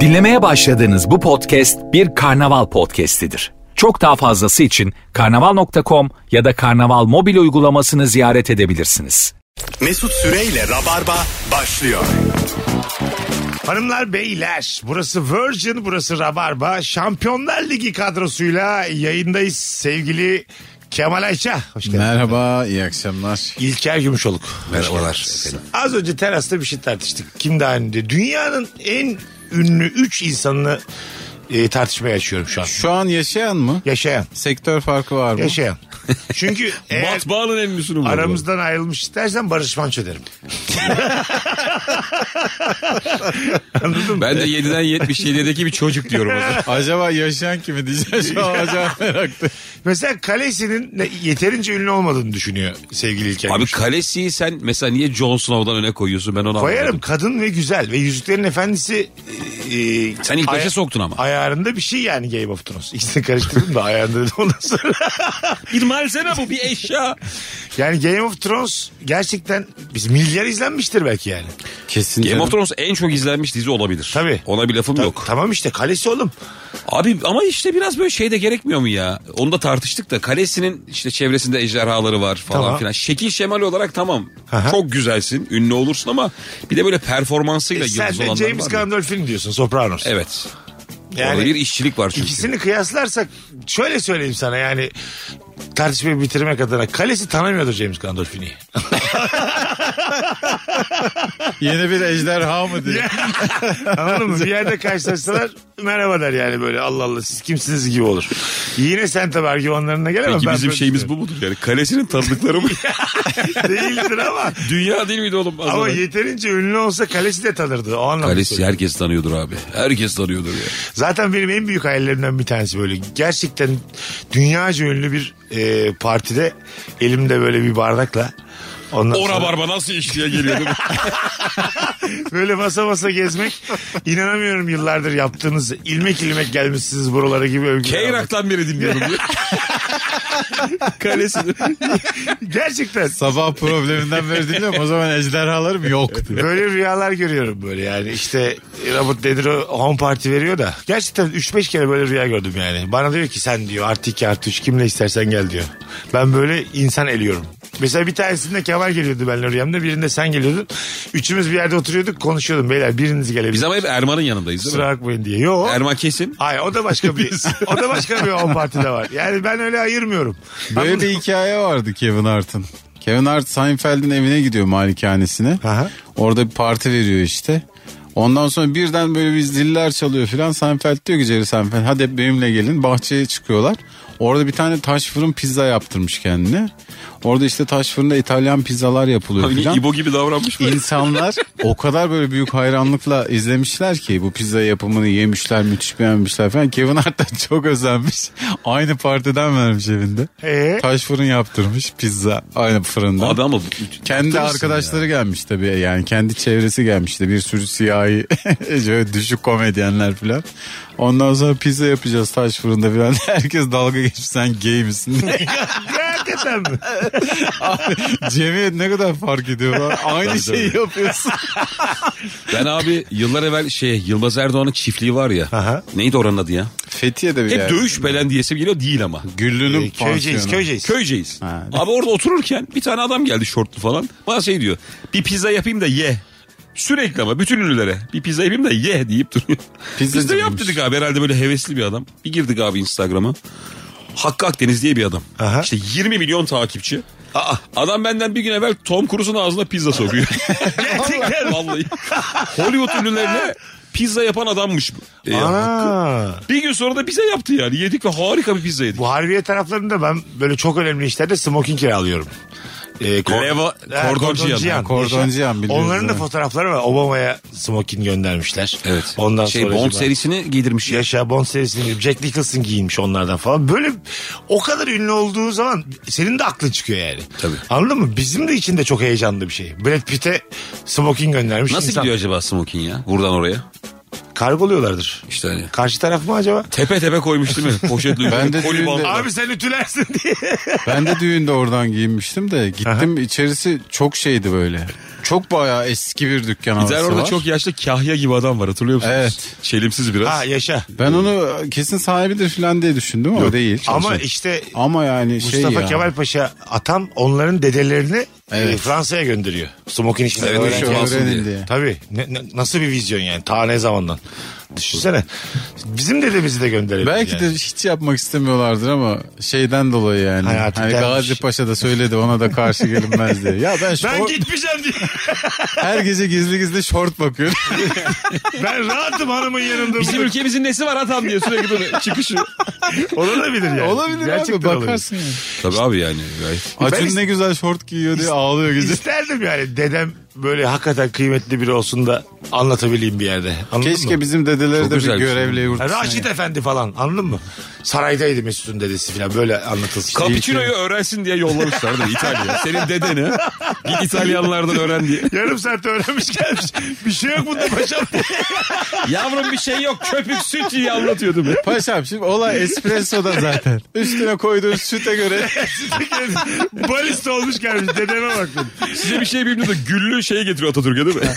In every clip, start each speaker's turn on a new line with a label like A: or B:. A: Dinlemeye başladığınız bu podcast bir karnaval podcastidir. Çok daha fazlası için karnaval.com ya da karnaval mobil uygulamasını ziyaret edebilirsiniz.
B: Mesut Süreyle Rabarba başlıyor.
C: Hanımlar beyler burası Virgin burası Rabarba Şampiyonlar Ligi kadrosuyla yayındayız sevgili Kemal Ayça. Hoş geldin.
D: Merhaba, iyi akşamlar.
C: İlker Gümüşoluk.
E: Merhabalar.
C: Az önce terasta bir şey tartıştık. Kim daha ünlü? Dünyanın en ünlü 3 insanını e, tartışmaya açıyorum şu an.
D: Şu an yaşayan mı?
C: Yaşayan.
D: Sektör farkı var mı?
C: Yaşayan. Çünkü eğer
E: Matbaanın en müsünü bu.
C: aramızdan ayrılmış istersen Barış Manço derim. Anladın mı?
E: Ben de 7'den 77'deki bir çocuk diyorum o zaman.
D: Acaba yaşayan kimi diyeceğiz şu an acayip meraklı.
C: Mesela kalesinin ne- yeterince ünlü olmadığını düşünüyor sevgili İlker.
E: Abi
C: Gümüşoluk.
E: kalesiyi sen mesela niye Jon Snow'dan öne koyuyorsun ben onu
C: Koyarım
E: anlamadım.
C: kadın ve güzel ve Yüzüklerin Efendisi e,
E: Sen ilk başa
C: aya-
E: soktun ama.
C: Ayarında bir şey yani Game of Thrones. İkisini karıştırdım da ayarında dedim ondan sonra.
E: Bir malzeme bu bir eşya.
C: yani Game of Thrones gerçekten biz milyar izlenmiştir belki yani.
D: Kesin.
E: Game of Thrones en çok izlenmiş dizi olabilir.
C: Tabii.
E: Ona bir lafım
C: Ta-
E: yok.
C: Tamam işte kalesi oğlum.
E: Abi ama işte biraz böyle şey de gerekmiyor mu ya? Onu da tartıştık da kalesinin işte çevresinde ejderhaları var falan
C: Tamam.
E: filan. Şekil şemali olarak tamam.
C: Aha.
E: Çok güzelsin, ünlü olursun ama bir de böyle performansıyla
C: E, sen
E: yıldız
C: de
E: olanlar
C: James
E: var. mı?
C: Gandolfini diyorsun Sopranos.
E: Evet.
C: Yani-
E: Orada bir işçilik var çünkü.
C: İkisini kıyaslarsak şöyle söyleyeyim sana yani tartışmayı bitirmek adına kalesi tanımıyordur James Gandolfini'yi.
D: Yeni bir ejderha mı diye.
C: Anladın mı? Bir yerde karşılaşsalar merhaba der yani böyle Allah Allah siz kimsiniz gibi olur. Yine sen tabii argümanlarına gelemem.
E: Peki
C: Ben
E: bizim
C: böyle
E: şeyimiz bu
C: düşünüyorum.
E: mudur yani? Kalesinin tanıdıkları mı?
C: Değildir ama.
E: Dünya değil miydi oğlum?
C: ama yeterince ünlü olsa kalesi de tanırdı. O anlamda.
E: Kalesi
C: söylüyorum.
E: herkes tanıyordur abi. Herkes tanıyordur ya.
C: Zaten benim en büyük hayallerimden bir tanesi böyle. Gerçekten dünyaca ünlü bir e, partide elimde böyle bir bardakla. Ondan
E: O
C: sonra
E: rabarba nasıl işliğe geliyordu?
C: böyle basa basa gezmek inanamıyorum yıllardır yaptığınız ilmek ilmek gelmişsiniz buralara gibi övgüler almak.
E: Keyrak'tan beri dinliyorum diyor. Kalesini.
C: Gerçekten
D: Sabah probleminden beri dinliyorum. O zaman ejderhalarım yok diye.
C: Böyle rüyalar görüyorum böyle yani işte Robert De Niro home party veriyor da gerçekten 3-5 kere böyle rüya gördüm yani. Bana diyor ki sen diyor artı 2 artı 3 kimle istersen gel diyor. Ben böyle insan eliyorum. Mesela bir tanesinde Kemal geliyordu benimle rüyamda birinde sen geliyordun. Üçümüz bir yerde oturuyorduk konuşuyordum beyler biriniz gelebilir.
E: Biz ama hep Erman'ın yanındayız değil mi?
C: Kusura bakmayın diye. Yo.
E: Erman kesin.
C: Hayır o da başka bir o da başka bir home partide var. Yani ben öyle ayırmıyorum.
D: Böyle bir hikaye vardı Kevin Hart'ın. Kevin Hart Seinfeld'in evine gidiyor malikanesine.
C: Aha.
D: Orada bir parti veriyor işte. Ondan sonra birden böyle bir ziller çalıyor filan. Seinfeld diyor ki Jerry Seinfeld hadi hep benimle gelin. Bahçeye çıkıyorlar. Orada bir tane taş fırın pizza yaptırmış kendine. Orada işte taş fırında İtalyan pizzalar yapılıyor
E: Hani
D: filan.
E: İbo gibi davranmış mı?
D: İnsanlar o kadar böyle büyük hayranlıkla izlemişler ki bu pizza yapımını yemişler müthiş beğenmişler falan. Kevin Hart da çok özenmiş. Aynı partiden vermiş evinde.
C: Ee?
D: Taş fırın yaptırmış pizza aynı fırında.
E: Abi ama
D: kendi arkadaşları gelmiş tabii yani kendi çevresi gelmişti bir sürü siyahi şöyle düşük komedyenler falan. Ondan sonra pizza yapacağız taş fırında falan. Herkes dalga geçmiş sen gay misin? diye.
C: Gerçekten mi?
D: Cemiyet ne kadar fark ediyor lan? Aynı
E: Şey
D: şeyi yapıyorsun.
E: ben abi yıllar evvel şey Yılmaz Erdoğan'ın çiftliği var ya.
C: Aha.
E: Neydi oranın adı ya?
D: Fethiye'de bir
E: Hep
D: yer.
E: dövüş belediyesi geliyor değil ama.
D: Güllü'nün
C: Ee, Şey, Köyceğiz
D: pansiyonu.
C: köyceğiz.
E: Köyceğiz. Abi orada otururken bir tane adam geldi şortlu falan. Bana şey diyor. Bir pizza yapayım da ye. Sürekli ama bütün ünlülere. Bir pizza yapayım da ye deyip duruyor. Biz de yap
D: Pizzacıymış.
E: dedik abi herhalde böyle hevesli bir adam. Bir girdik abi Instagram'a. Hakkı Akdeniz diye bir adam.
C: Aha.
E: İşte 20 milyon takipçi. Adam benden bir gün evvel Tom Cruise'un ağzına pizza sokuyor. Gerçekten. Vallahi. Hollywood ünlülerine pizza yapan adammış bu. Ee,
C: Aa.
E: bir gün sonra da bize yaptı yani. Yedik ve harika bir pizza yedik.
C: Bu harbiye taraflarında ben böyle çok önemli işlerde smoking kiralıyorum. Ee,
E: Leva-
C: Ha,
E: kordoncuyan.
C: kordoncuyan.
D: Kordoncuyan
C: Yaşa.
D: biliyoruz,
C: Onların da
D: evet.
C: fotoğrafları var. Obama'ya smoking göndermişler.
E: Evet.
C: Ondan
E: şey,
C: sonra
E: Bond
C: acaba-
E: serisini giydirmiş.
C: Yaşa Bond serisini giyip Jack Nicholson giymiş onlardan falan. Böyle o kadar ünlü olduğu zaman senin de aklın çıkıyor yani.
E: Tabii.
C: Anladın mı? Bizim de içinde çok heyecanlı bir şey. Brad Pitt'e smoking göndermiş
E: Nasıl
C: insan.
E: gidiyor acaba smoking ya? Buradan oraya.
C: Kargoluyorlardır.
E: İşte hani.
C: Karşı taraf mı acaba?
E: Tepe tepe koymuş değil mi? Poşetli.
D: Ben de
E: koli
D: düğünde-
E: bandı.
C: Abi sen ütülersin diye.
D: Ben de düğünde oradan giyinmiştim de gittim içerisi çok şeydi böyle. Çok bayağı eski bir dükkan havası
E: Gider orada
D: var.
E: çok yaşlı kahya gibi adam var hatırlıyor musunuz?
D: Evet.
E: Çelimsiz biraz.
C: Ha yaşa.
D: Ben onu kesin sahibidir falan diye düşündüm ama değil.
C: Ama
D: Çalışan.
C: işte
D: ama yani şey
C: Mustafa
D: ya.
C: Kemal Paşa atam onların dedelerini
D: Evet.
C: e, Fransa'ya gönderiyor. Smokin işini
E: Evet,
C: öğrenci
E: öğrenci
C: alsın
E: alsın
D: diye.
C: Tabii. Ne- ne- nasıl bir vizyon yani? Ta ne zamandan? Düşünsene. Bizim dedemizi de gönderelim.
D: Belki
C: yani.
D: de hiç yapmak istemiyorlardır ama şeyden dolayı yani.
C: Hayatı
D: hani
C: gelmiş.
D: Gazi Paşa da söyledi ona da karşı gelinmez diye. Ya ben,
C: Ben
D: şort-
C: gitmeyeceğim diye.
D: her gece gizli gizli şort bakıyorum.
C: ben rahatım hanımın yanında.
E: Bizim ülkemizin nesi var atam diye sürekli böyle çıkışı.
C: Olabilir yani.
D: olabilir abi
C: Gerçekten
D: bakarsın. yani.
E: Tabii abi yani.
D: Acun
C: is-
D: ne güzel şort giyiyor diye ağlıyor gece.
C: İsterdim yani dedem böyle hakikaten kıymetli biri olsun da anlatabileyim bir yerde. Anladın
D: Keşke
C: mı?
D: bizim
E: Çok
D: dedeleri de bir
E: güzel bir şey.
D: görevle yurt
C: Ha,
D: dışına
C: Raşit Efendi falan anladın mı? Saraydaydı Mesut'un dedesi falan böyle anlatılsın.
E: Cappuccino'yu öğrensin diye yollamışlar değil mi İtalya? Senin dedeni. Git İtalyanlardan öğren diye.
C: Yarım saatte öğrenmiş gelmiş. Bir şey yok bunda paşam.
E: Yavrum bir şey yok köpük süt diye anlatıyordu be.
D: Paşam şimdi olay espressoda zaten. Üstüne koyduğun süte göre
C: Balista olmuş gelmiş. Dedeme baktım.
E: Size bir şey bilmiyor da güllü şey getiriyor Atatürk'e değil mi?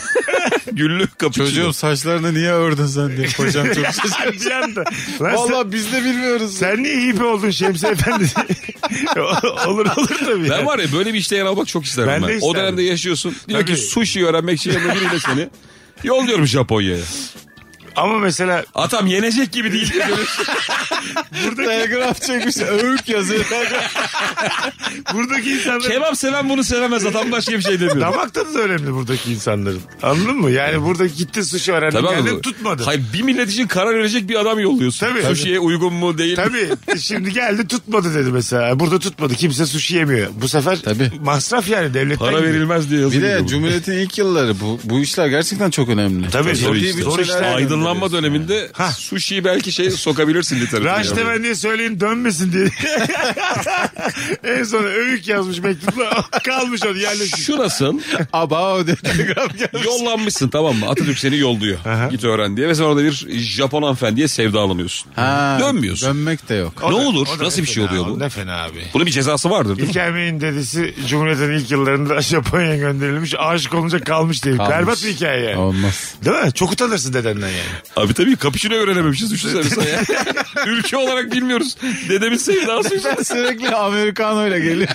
E: güllü cappuccino.
D: çocuğum saçlarını niye ördün sen diye paşam çok şaşırmış.
C: Bir anda. Lan sen,
D: Valla biz de bilmiyoruz.
C: sen niye hipi oldun Şemsi Efendi? olur olur tabii.
E: Ben
C: ya.
E: var ya böyle bir işte yer almak çok isterim
C: Ben
E: ben.
C: de
E: O
C: isterdim.
E: dönemde yaşıyorsun. Diyor
C: Tabii.
E: ki sushi öğrenmek için yanına biriyle seni. Yolluyorum Japonya'ya.
C: Ama mesela
E: Atam yenecek gibi değil. diye böyle-
D: Telgraf çekmiş öğüt yazıyor.
C: buradaki insanların
E: Kebap seven bunu sevemez. Atam başka bir şey demiyor.
C: Damak tadı da önemli buradaki insanların. Anladın mı? Yani burada gitti sushi öğrendi
E: Tabii abi.
C: geldi tutmadı.
E: Hayır bir millet için karar verecek bir adam yolluyorsun.
C: Tabii.
E: Sushi'ye uygun mu değil. mi?
C: Tabii şimdi geldi tutmadı dedi mesela. Burada tutmadı kimse sushi yemiyor. Bu sefer
D: Tabii.
C: masraf yani devletten.
E: Para
C: gidiyor.
E: verilmez diye
D: Bir
E: yazıyor.
D: de
E: bu.
D: Cumhuriyet'in ilk yılları bu, bu işler gerçekten çok önemli.
C: Tabii, zor
D: Ciddi
C: işler.
D: bütçeler
C: Zor işler.
E: Aydınlanma döneminde
C: Ha.
E: sushi'yi belki şey sokabilirsin literatüre.
C: Raş ben diye söyleyin dönmesin diye. en son öykü yazmış mektupla kalmış onu yerleşmiş.
E: Şurasın
D: Aba dedi.
E: yollanmışsın tamam mı? Atatürk seni yolluyor. Git öğren diye. Ve sen orada bir Japon hanımefendiye sevdalanıyorsun.
D: Ha,
E: Dönmüyorsun.
D: Dönmek de yok.
E: Ne olur?
C: O da
E: Nasıl
C: ne
E: bir şey
C: fena, o
E: oluyor bu?
C: Ne fena abi.
E: Bunun bir cezası vardır değil mi?
C: İlker Bey'in dedesi Cumhuriyet'in ilk yıllarında Japonya'ya gönderilmiş. Aşık olunca kalmış diye.
D: Kalmış.
C: Berbat bir hikaye yani.
D: Olmaz.
C: Değil mi? Çok utanırsın dedenden yani.
E: Abi tabii kapışını öğrenememişiz düşünsene sen ya. Ülke olarak bilmiyoruz. Dedemin sevdası yüzünden.
D: Sürekli Amerikano ile geliyor.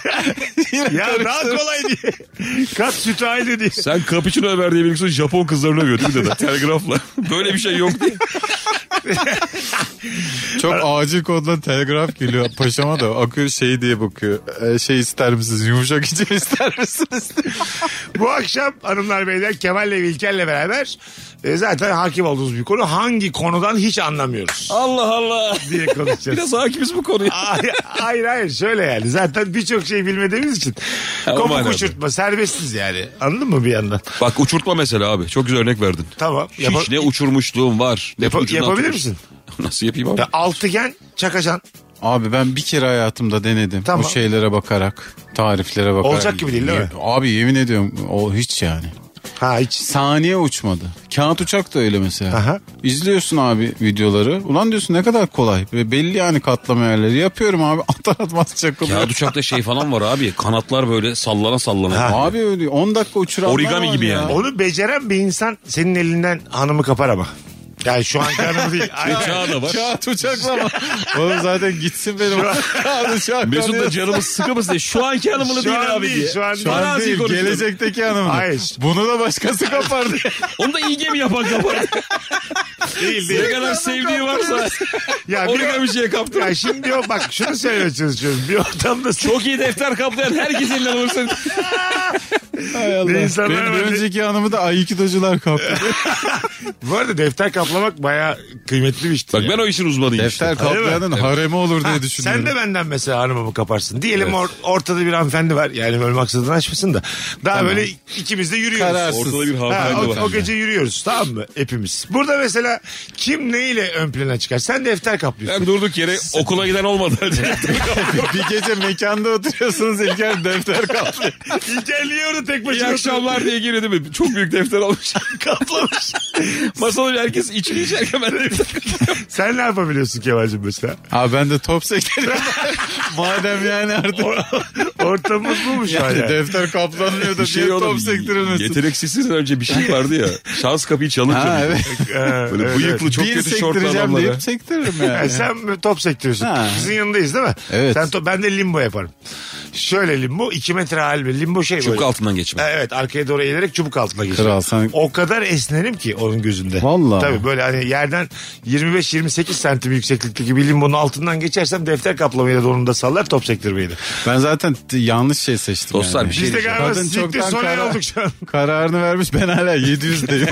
D: Yine
C: Ya daha
D: karıştırıyor.
C: kolay diye. Kat sütü aynı diye.
E: Sen kapıçını över diye bilgisayar Japon kızlarını övüyor değil mi dede? Telgrafla. Böyle bir şey yok diye.
D: Çok acil kodla telgraf geliyor. Paşama da akıyor şey diye bakıyor. E, şey ister misiniz? Yumuşak içim ister misiniz?
C: Bu akşam hanımlar beyler Kemal ve İlker'le beraber e, zaten hakim olduğumuz bir konu. Hangi konudan hiç anlamıyoruz
E: Allah Allah.
C: diye konuşacağız.
E: Biraz hakimiz bu konuya.
C: Hayır, hayır hayır şöyle yani zaten birçok şey bilmediğimiz için
E: o
C: kopuk
E: manada.
C: uçurtma serbestsiz yani anladın mı bir yandan
E: Bak uçurtma mesela abi. Çok güzel örnek verdin.
C: tamam
E: Hiç
C: Yapa-
E: ne uçurmuşluğum var. Ne
C: yapa-
E: ucundan
C: yapabilir
E: tutmuş.
C: misin
E: Nasıl yapayım abi?
C: ya, altıgen çakacan
D: Abi ben bir kere hayatımda denedim.
C: Tamam.
D: O şeylere bakarak, tariflere bakarak.
C: Olacak gibi değil, değil mi?
D: Abi yemin ediyorum o hiç yani.
C: ha hiç
D: Saniye uçmadı. Kağıt uçak da öyle mesela.
C: Aha.
D: İzliyorsun abi videoları. Ulan diyorsun ne kadar kolay. Ve belli yani katlama yerleri. Yapıyorum abi atar atmaz çakılıyor.
E: Kağıt uçakta şey falan var abi. Kanatlar böyle sallana sallana.
D: Abi öyle 10 dakika uçuranlar
E: Origami
D: var
E: gibi
D: ya.
E: yani.
C: onu beceren bir insan senin elinden hanımı kapar ama yani şu an hanımı değil Aynen.
E: Uçağı da var.
D: Kağıt uçakla mı? Oğlum zaten gitsin benim. Kağıt uçak.
E: Mesut da
D: kanıyor.
E: canımız sıkılmasın diye. Şu anki hanımını
C: Şu an
E: değil abi
C: değil,
E: diye.
C: şu an
D: Şu an
E: Arazi
D: değil,
E: konuşuyorum.
D: gelecekteki hanımın.
C: Hayır.
D: Bunu da başkası kapardı.
E: Onu da iyi gemi yapan kapar.
C: değil
E: ne
C: değil
E: kadar sevdiği varsa.
C: ya, bir,
E: Origami şeye kaptı.
C: ya şimdi o bak şunu söylemeye çalışıyorum bir ortamda
E: şey Çok iyi defter kaplayan herkes elinden alırsa.
D: Hay Allah.
C: Ne insanlar
D: Benim
C: var,
D: bir
C: ne-
D: önceki hanımı da aikidocular kaptı.
C: bu arada defter kaplamak baya kıymetli bir işti
E: Bak ben o işin uzmanıyım.
D: Defter kaplayanın haremi olur diye düşünüyorum.
C: Sen de benden mesela hanımımı kaparsın. Diyelim or- ortada bir hanımefendi var. Yani böyle maksadını açmasın da. Daha böyle ikimiz de yürüyoruz.
D: Kararsız.
E: Ortada bir
C: Ha,
E: hanımefendi
C: o, o
E: var.
C: gece yürüyoruz tamam mı hepimiz. Burada mesela kim neyle ön plana çıkar? Sen defter kaplıyorsun.
E: Ben durduk yere okula giden olmadı.
D: bir gece mekanda oturuyorsunuz İlker defter kaplıyor.
C: İlkerliği tek
E: İyi
C: başına
E: akşamlar diye geliyor değil mi? Çok büyük defter almış.
C: kaplamış.
E: Masada herkes içki içerken ben defter
C: Sen ne yapabiliyorsun Kemal'cim mesela?
D: Abi ben de top sekerim. Madem yani artık
C: Ortamımız bu mu şu an?
D: yani
C: Yani?
D: defter kaplanmıyor da
E: şey
D: diye top sektirilmesin.
E: Yeteneksizsizden önce bir şey vardı ya. Şans kapıyı çalın
D: Ha,
E: çocuk.
D: evet.
C: Ha,
E: Böyle
C: evet, evet.
E: bıyıklı çok
D: bir
E: kötü şortlu
D: sektireceğim
E: adamları.
D: deyip sektiririm yani.
C: Yani sen mi top sektiriyorsun.
D: Ha.
C: Sizin yanındayız değil mi?
D: Evet.
C: Sen top, ben de limbo yaparım. Şöyle limbo 2 metre halbe limbo şey
E: Çubuk
C: böyle.
E: altından geçme.
C: Evet arkaya doğru eğilerek çubuk altına geçiyorum.
D: Kral sen-
C: O kadar esnerim ki onun gözünde.
D: Vallahi.
C: Tabii böyle hani yerden 25-28 santim yükseklikteki bir limbonun altından geçersem defter kaplamayı da donumda sallar top sektirmeyi de.
D: Ben zaten t- yanlış şey seçtim
E: Dostlar,
D: yani.
E: bir şey
C: Biz de
E: diyeceğim.
C: galiba
D: Kadın
C: siktir
D: çoktan
C: sonra
D: karar-
C: olduk şu an.
D: Kararını vermiş ben hala 700'deyim.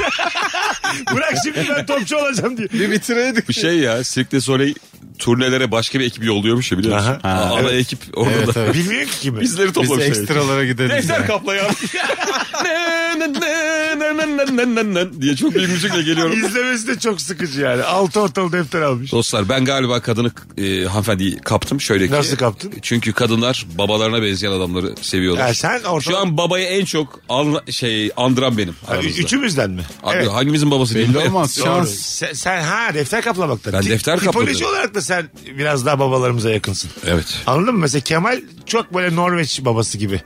C: Bırak şimdi ben topçu olacağım diye.
D: bir bitireydik.
E: Bu şey ya Cirque du Soleil turnelere başka bir ekibi yolluyormuş ya biliyor musun?
D: Aha.
E: Ana
D: Evet.
E: ekip orada
D: Evet,
E: da.
D: evet.
C: Bilmiyorum ki kimi.
E: Bizleri
D: Biz
E: toplamış.
D: ekstralara gideriz.
E: şey- Defter
D: yani.
E: kaplayan. diye çok bir müzikle geliyorum.
C: İzlemesi de çok sıkıcı yani. Altı ortalı defter almış.
E: Dostlar ben galiba kadını e, hanımefendiyi kaptım şöyle ki.
C: Nasıl kaptın?
E: Çünkü kadınlar babalarına benzeyen adamları seviyorlar.
C: Ya E, sen ortalık-
E: Şu an babayı en çok al, şey andıran benim.
C: Ha,
E: aramızda.
C: Üçümüzden mi?
E: Abi hangimizin babası değil
D: Belli olmaz.
C: Doğru.
D: Şans.
C: Sen, sen ha defter kaplamaktan.
E: Ben defter
C: Tipoloji
E: kapladım.
C: olarak da sen biraz daha babalarımıza yakınsın.
E: Evet.
C: Anladın mı? Mesela Kemal çok böyle Norveç babası gibi.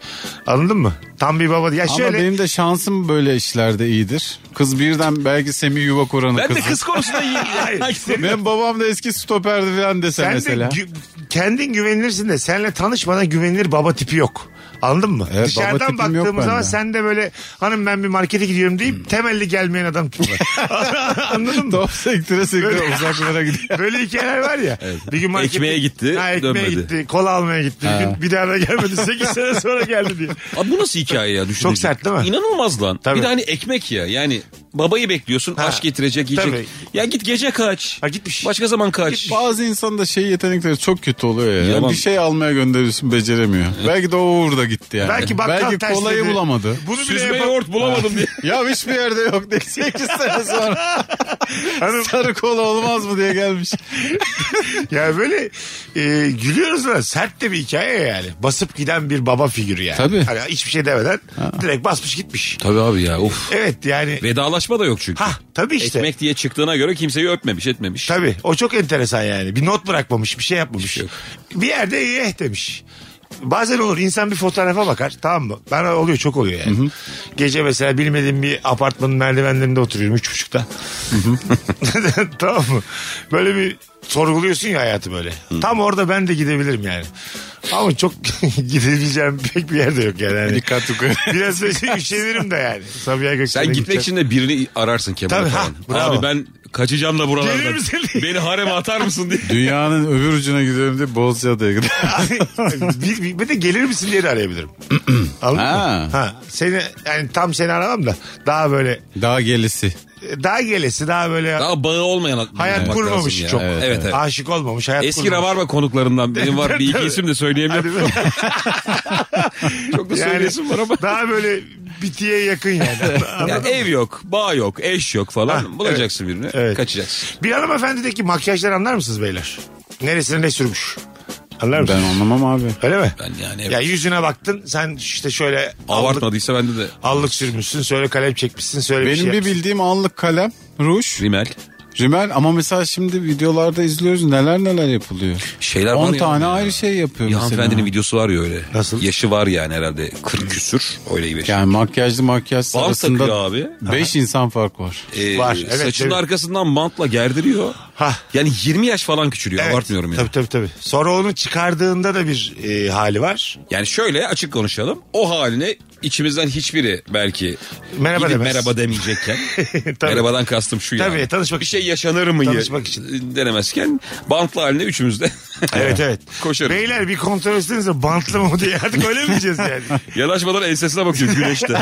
C: Anladın mı? Tam bir baba. Ya
D: Ama
C: şöyle.
D: benim de şansım böyle işlerde iyidir. Kız birden belki Semih Yuva Kur'an'ın
E: Ben
D: kızı.
E: de kız konusunda iyiyim.
C: Hayır, senin-
D: Benim babam da eski stoperdi falan dese
C: sen
D: mesela.
C: de gü- kendin güvenilirsin de seninle tanışmadan güvenilir baba tipi yok. Anladın mı?
D: Evet, baba
C: Dışarıdan
D: tipim yok
C: baktığımız
D: bende. Hmm.
C: zaman sen de böyle hanım ben bir markete gidiyorum deyip temelli gelmeyen adam tipi var. Anladın mı?
D: Top sektire sektire
C: Böyle-
D: uzaklara gidiyor.
C: Böyle hikayeler var ya. Bir gün markete-
E: Ekmeğe gitti,
C: Ha, ekmeğe
E: dönmedi.
C: gitti. Kola almaya gitti. Bir, gün bir daha da gelmedi. 8 sene sonra geldi diye.
E: Abi bu nasıl hikaye ya? Düşününce.
C: Çok sert değil mi?
E: İnanılmaz lan.
C: Tabii.
E: Bir de hani ekmek ya. Yani babayı bekliyorsun. Aşk getirecek, yiyecek.
C: Tabii.
E: Ya git gece kaç.
C: Ha, gitmiş.
E: Başka zaman kaç.
D: Bazı insan da şey yetenekleri çok kötü oluyor ya.
E: Yaman.
D: Bir şey almaya gönderiyorsun beceremiyor. Belki de o uğurda gitti yani.
C: Belki bakkal ters
D: kolayı
C: dedi.
D: bulamadı.
C: Bunu bile
E: Süzme
C: yapam-
E: yoğurt bulamadım diye.
D: ya hiçbir yerde yok diye 8 sene sonra
C: Hanım,
D: sarı kola olmaz mı diye gelmiş.
C: ya böyle e, gülüyoruz da sert de bir hikaye yani. Basıp giden bir baba figürü yani.
D: Tabii.
C: Hani hiçbir şey demeden direkt basmış gitmiş.
E: Tabii abi ya. Of.
C: Evet yani.
E: Vedalaşma da yok çünkü.
C: Ha tabii işte.
E: Ekmek diye çıktığına göre kimseyi öpmemiş etmemiş.
C: Tabii o çok enteresan yani. Bir not bırakmamış bir şey yapmamış.
E: Hiçbir
C: bir yerde eh demiş. Bazen olur insan bir fotoğrafa bakar tamam mı? Bana oluyor çok oluyor yani. Gece mesela bilmediğim bir apartmanın merdivenlerinde oturuyorum üç buçukta. tamam mı? Böyle bir sorguluyorsun ya hayatı böyle. Tam orada ben de gidebilirim yani. Ama çok gidebileceğim pek bir yerde yok yani. Hani
D: Dikkat yukarı.
C: Biraz da şey, üşenirim de yani. Sabiha Gökçen'e
E: Sen gitmek
C: gideceğim.
E: için de birini ararsın Kemal
C: Tabii,
E: falan.
C: ha, bravo.
E: Abi ben kaçacağım da
C: Gelir
E: buralardan.
C: misin diye.
E: Beni hareme atar mısın diye.
D: Dünyanın öbür ucuna gidiyorum diye Bozcaada'ya gidiyorum.
C: bir, bir- bir de gelir misin diye de arayabilirim. Anladın
D: Ha.
C: mı? Ha. Seni yani tam seni aramam da daha böyle
D: Daha gelisi.
C: daha gelesi daha böyle
E: Daha bağı olmayan
C: hayat
E: bakmak
C: kurmamış
E: lazım ya.
C: çok.
E: Evet evet.
C: Aşık olmamış hayat
E: Eski
C: kurmamış.
E: Rabarba konuklarından benim var bir iki isim de söyleyemiyorum. Çok da söyleyesim var ama.
C: daha böyle bitiye yakın yani.
E: Ya ev yok, bağ yok, eş yok falan.
C: Ha,
E: Bulacaksın birini,
C: Evet.
E: kaçacaksın.
C: Bir hanımefendideki makyajları anlar mısınız beyler? Neresine ne sürmüş? Anlar
D: Ben
C: mısınız?
D: anlamam abi.
C: Öyle mi?
E: Ben yani evet.
C: Ya yüzüne baktın sen işte şöyle allık,
E: Abartmadıysa bende de
C: allık sürmüşsün söyle kalem çekmişsin söyle bir şey
D: Benim bir
C: yapmışsın.
D: bildiğim anlık kalem, ruj,
E: rimel
D: rimel ama mesela şimdi videolarda izliyoruz neler neler yapılıyor.
E: şeyler var
D: 10
E: ya.
D: tane ayrı şey yapıyor
E: Bir
D: mesela.
E: hanımefendinin videosu var ya öyle.
C: Nasıl?
E: Yaşı var yani herhalde 40 küsür. Öyle bir şey.
D: Yani makyajlı makyaj
E: Bant takıyor
D: arasında
E: abi.
D: 5 insan fark var.
E: Ee,
C: Var, evet,
E: saçının
C: evet.
E: arkasından bantla gerdiriyor.
C: Hah.
E: Yani 20 yaş falan küçülüyor.
C: Evet.
E: Abartmıyorum yani.
C: Tabii tabii tabii. Sonra onu çıkardığında da bir e, hali var.
E: Yani şöyle açık konuşalım. O haline içimizden hiçbiri belki
C: Merhaba
E: gidip
C: demez.
E: merhaba demeyecekken.
C: Tabii.
E: Merhabadan kastım şu
C: Tabii,
E: yani.
C: tanışmak
E: Bir
C: için.
E: şey yaşanır mı?
C: Tanışmak
E: Tanışmak
C: için.
E: için. Denemezken bantlı haline üçümüz de.
C: Evet evet.
E: Koşarım.
C: Beyler bir kontrol etsenize bantlı mı diye artık öyle mi diyeceğiz yani?
E: Yanaşmadan ensesine bakıyor güneşte.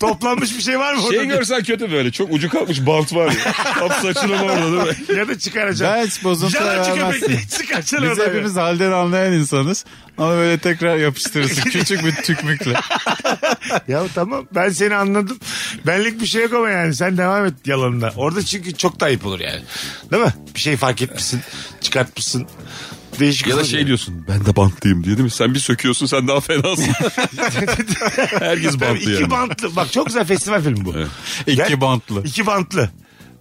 C: Toplanmış bir şey var mı orada?
E: şey görsen kötü böyle. Çok ucu kalkmış bant var ya. Tam saçının orada değil mi?
C: ya da çıkaracağım.
D: Ben hiç bozuntu
C: Yalancı köpek diye
D: vermezsin.
C: çıkartacaksın
D: Biz
C: oradan
D: hepimiz halden anlayan insanız. Ama böyle tekrar yapıştırırsın küçük bir tükmükle.
C: Ya. Ya tamam ben seni anladım. Benlik bir şey yok ama yani sen devam et yalanına. Orada çünkü çok da ayıp olur yani. Değil mi? Bir şey fark etmişsin. Çıkartmışsın. Değişik
E: Ya da
C: oluyor.
E: şey diyorsun ben de bantlıyım diyor değil mi? Sen bir söküyorsun sen daha fenasın. Herkes
C: Tabii
E: bantlı
C: iki
E: yani.
C: bantlı. Bak çok güzel festival filmi bu. Gel-
D: İki bantlı.
C: İki bantlı.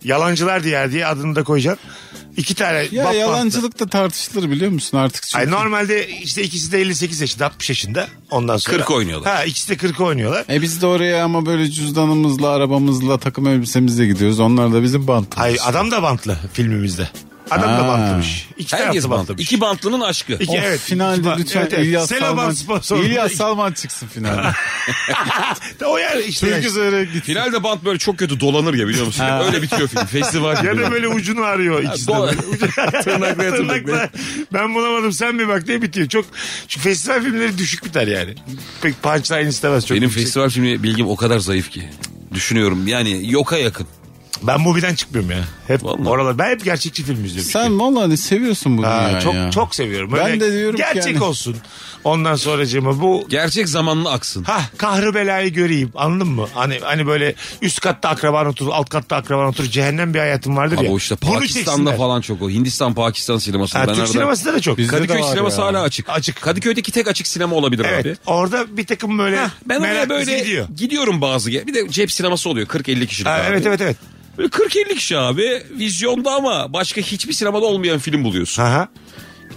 C: Yalancılar diye diye adını da koyacaksın. İki tane
D: Ya
C: bak bantlı.
D: yalancılık da tartışılır biliyor musun artık? Çünkü
C: Ay normalde işte ikisi de 58 yaşında 60 yaşında ondan sonra.
E: 40 oynuyorlar.
C: Ha ikisi de 40 oynuyorlar.
D: E biz de oraya ama böyle cüzdanımızla, arabamızla, takım elbisemizle gidiyoruz. Onlar da bizim bantımız.
C: Ay adam da bantlı filmimizde. Adam da
D: Ha.
C: bantlamış. İki
E: Herkes
C: Herkes
E: bantlı. şey.
C: bantlamış.
E: İki bantlının aşkı.
C: İki,
D: Of,
C: evet.
D: Eh, finalde
C: İki ban-
D: lütfen
C: evet, evet.
D: İlyas
C: Selaban
D: Salman.
C: sponsorluğu.
D: İlyas Salman çıkın finalde.
C: O yani işte.
D: Çok üzere git.
E: Finalde bant böyle çok kötü dolanır ya biliyor musun? Öyle bitiyor film. Festival gibi.
C: Ya da böyle ucunu arıyor ikisi de.
E: dola-
C: böyle.
E: Tırnakla ya tırnakla.
C: Tırnakla. Ben bulamadım sen bir bak diye bitiyor. Çok çünkü festival filmleri düşük biter yani. Pek punchline istemez çok.
E: Benim
C: yüksek.
E: festival filmi bilgim o kadar zayıf ki. Düşünüyorum yani yoka yakın.
C: Ben Mubi'den çıkmıyorum ya. Hep
E: Vallahi.
C: oralar. Ben hep gerçekçi film izliyorum.
D: Sen vallahi ne seviyorsun bunu
C: Ha,
D: ya.
C: çok
D: ya.
C: çok seviyorum.
D: Ben
C: Öyle
D: de diyorum ki
C: gerçek
D: yani-
C: olsun. Ondan sonracığıma bu
E: Gerçek zamanlı aksın.
C: ha kahrı belayı göreyim. Anladın mı? Hani hani böyle üst katta akraban otur, alt katta akraban otur. Cehennem bir hayatım vardır
E: Abi
C: ya.
E: o işte
C: Bunu
E: Pakistan'da
C: çeksinler.
E: falan çok o. Hindistan Pakistan sinemasında.
C: Ha,
E: ben
C: Türk
E: arada-
C: sinemasında da çok.
D: Bizde de
E: Kadıköy
D: var
E: sineması
D: ya.
E: hala açık.
C: Açık.
E: Kadıköy'deki tek açık sinema olabilir
C: Evet.
E: abi.
C: Orada bir takım böyle
E: Heh, ben oraya
C: meraklısı
E: böyle
C: gidiyor.
E: gidiyorum bazı. ge- Bir de cep sineması oluyor 40-50 kişilik
C: Ha,
E: abi.
C: evet evet evet.
E: Böyle 40-50 kişi abi. Vizyonda ama başka hiçbir sinemada olmayan film buluyorsun.
C: Aha.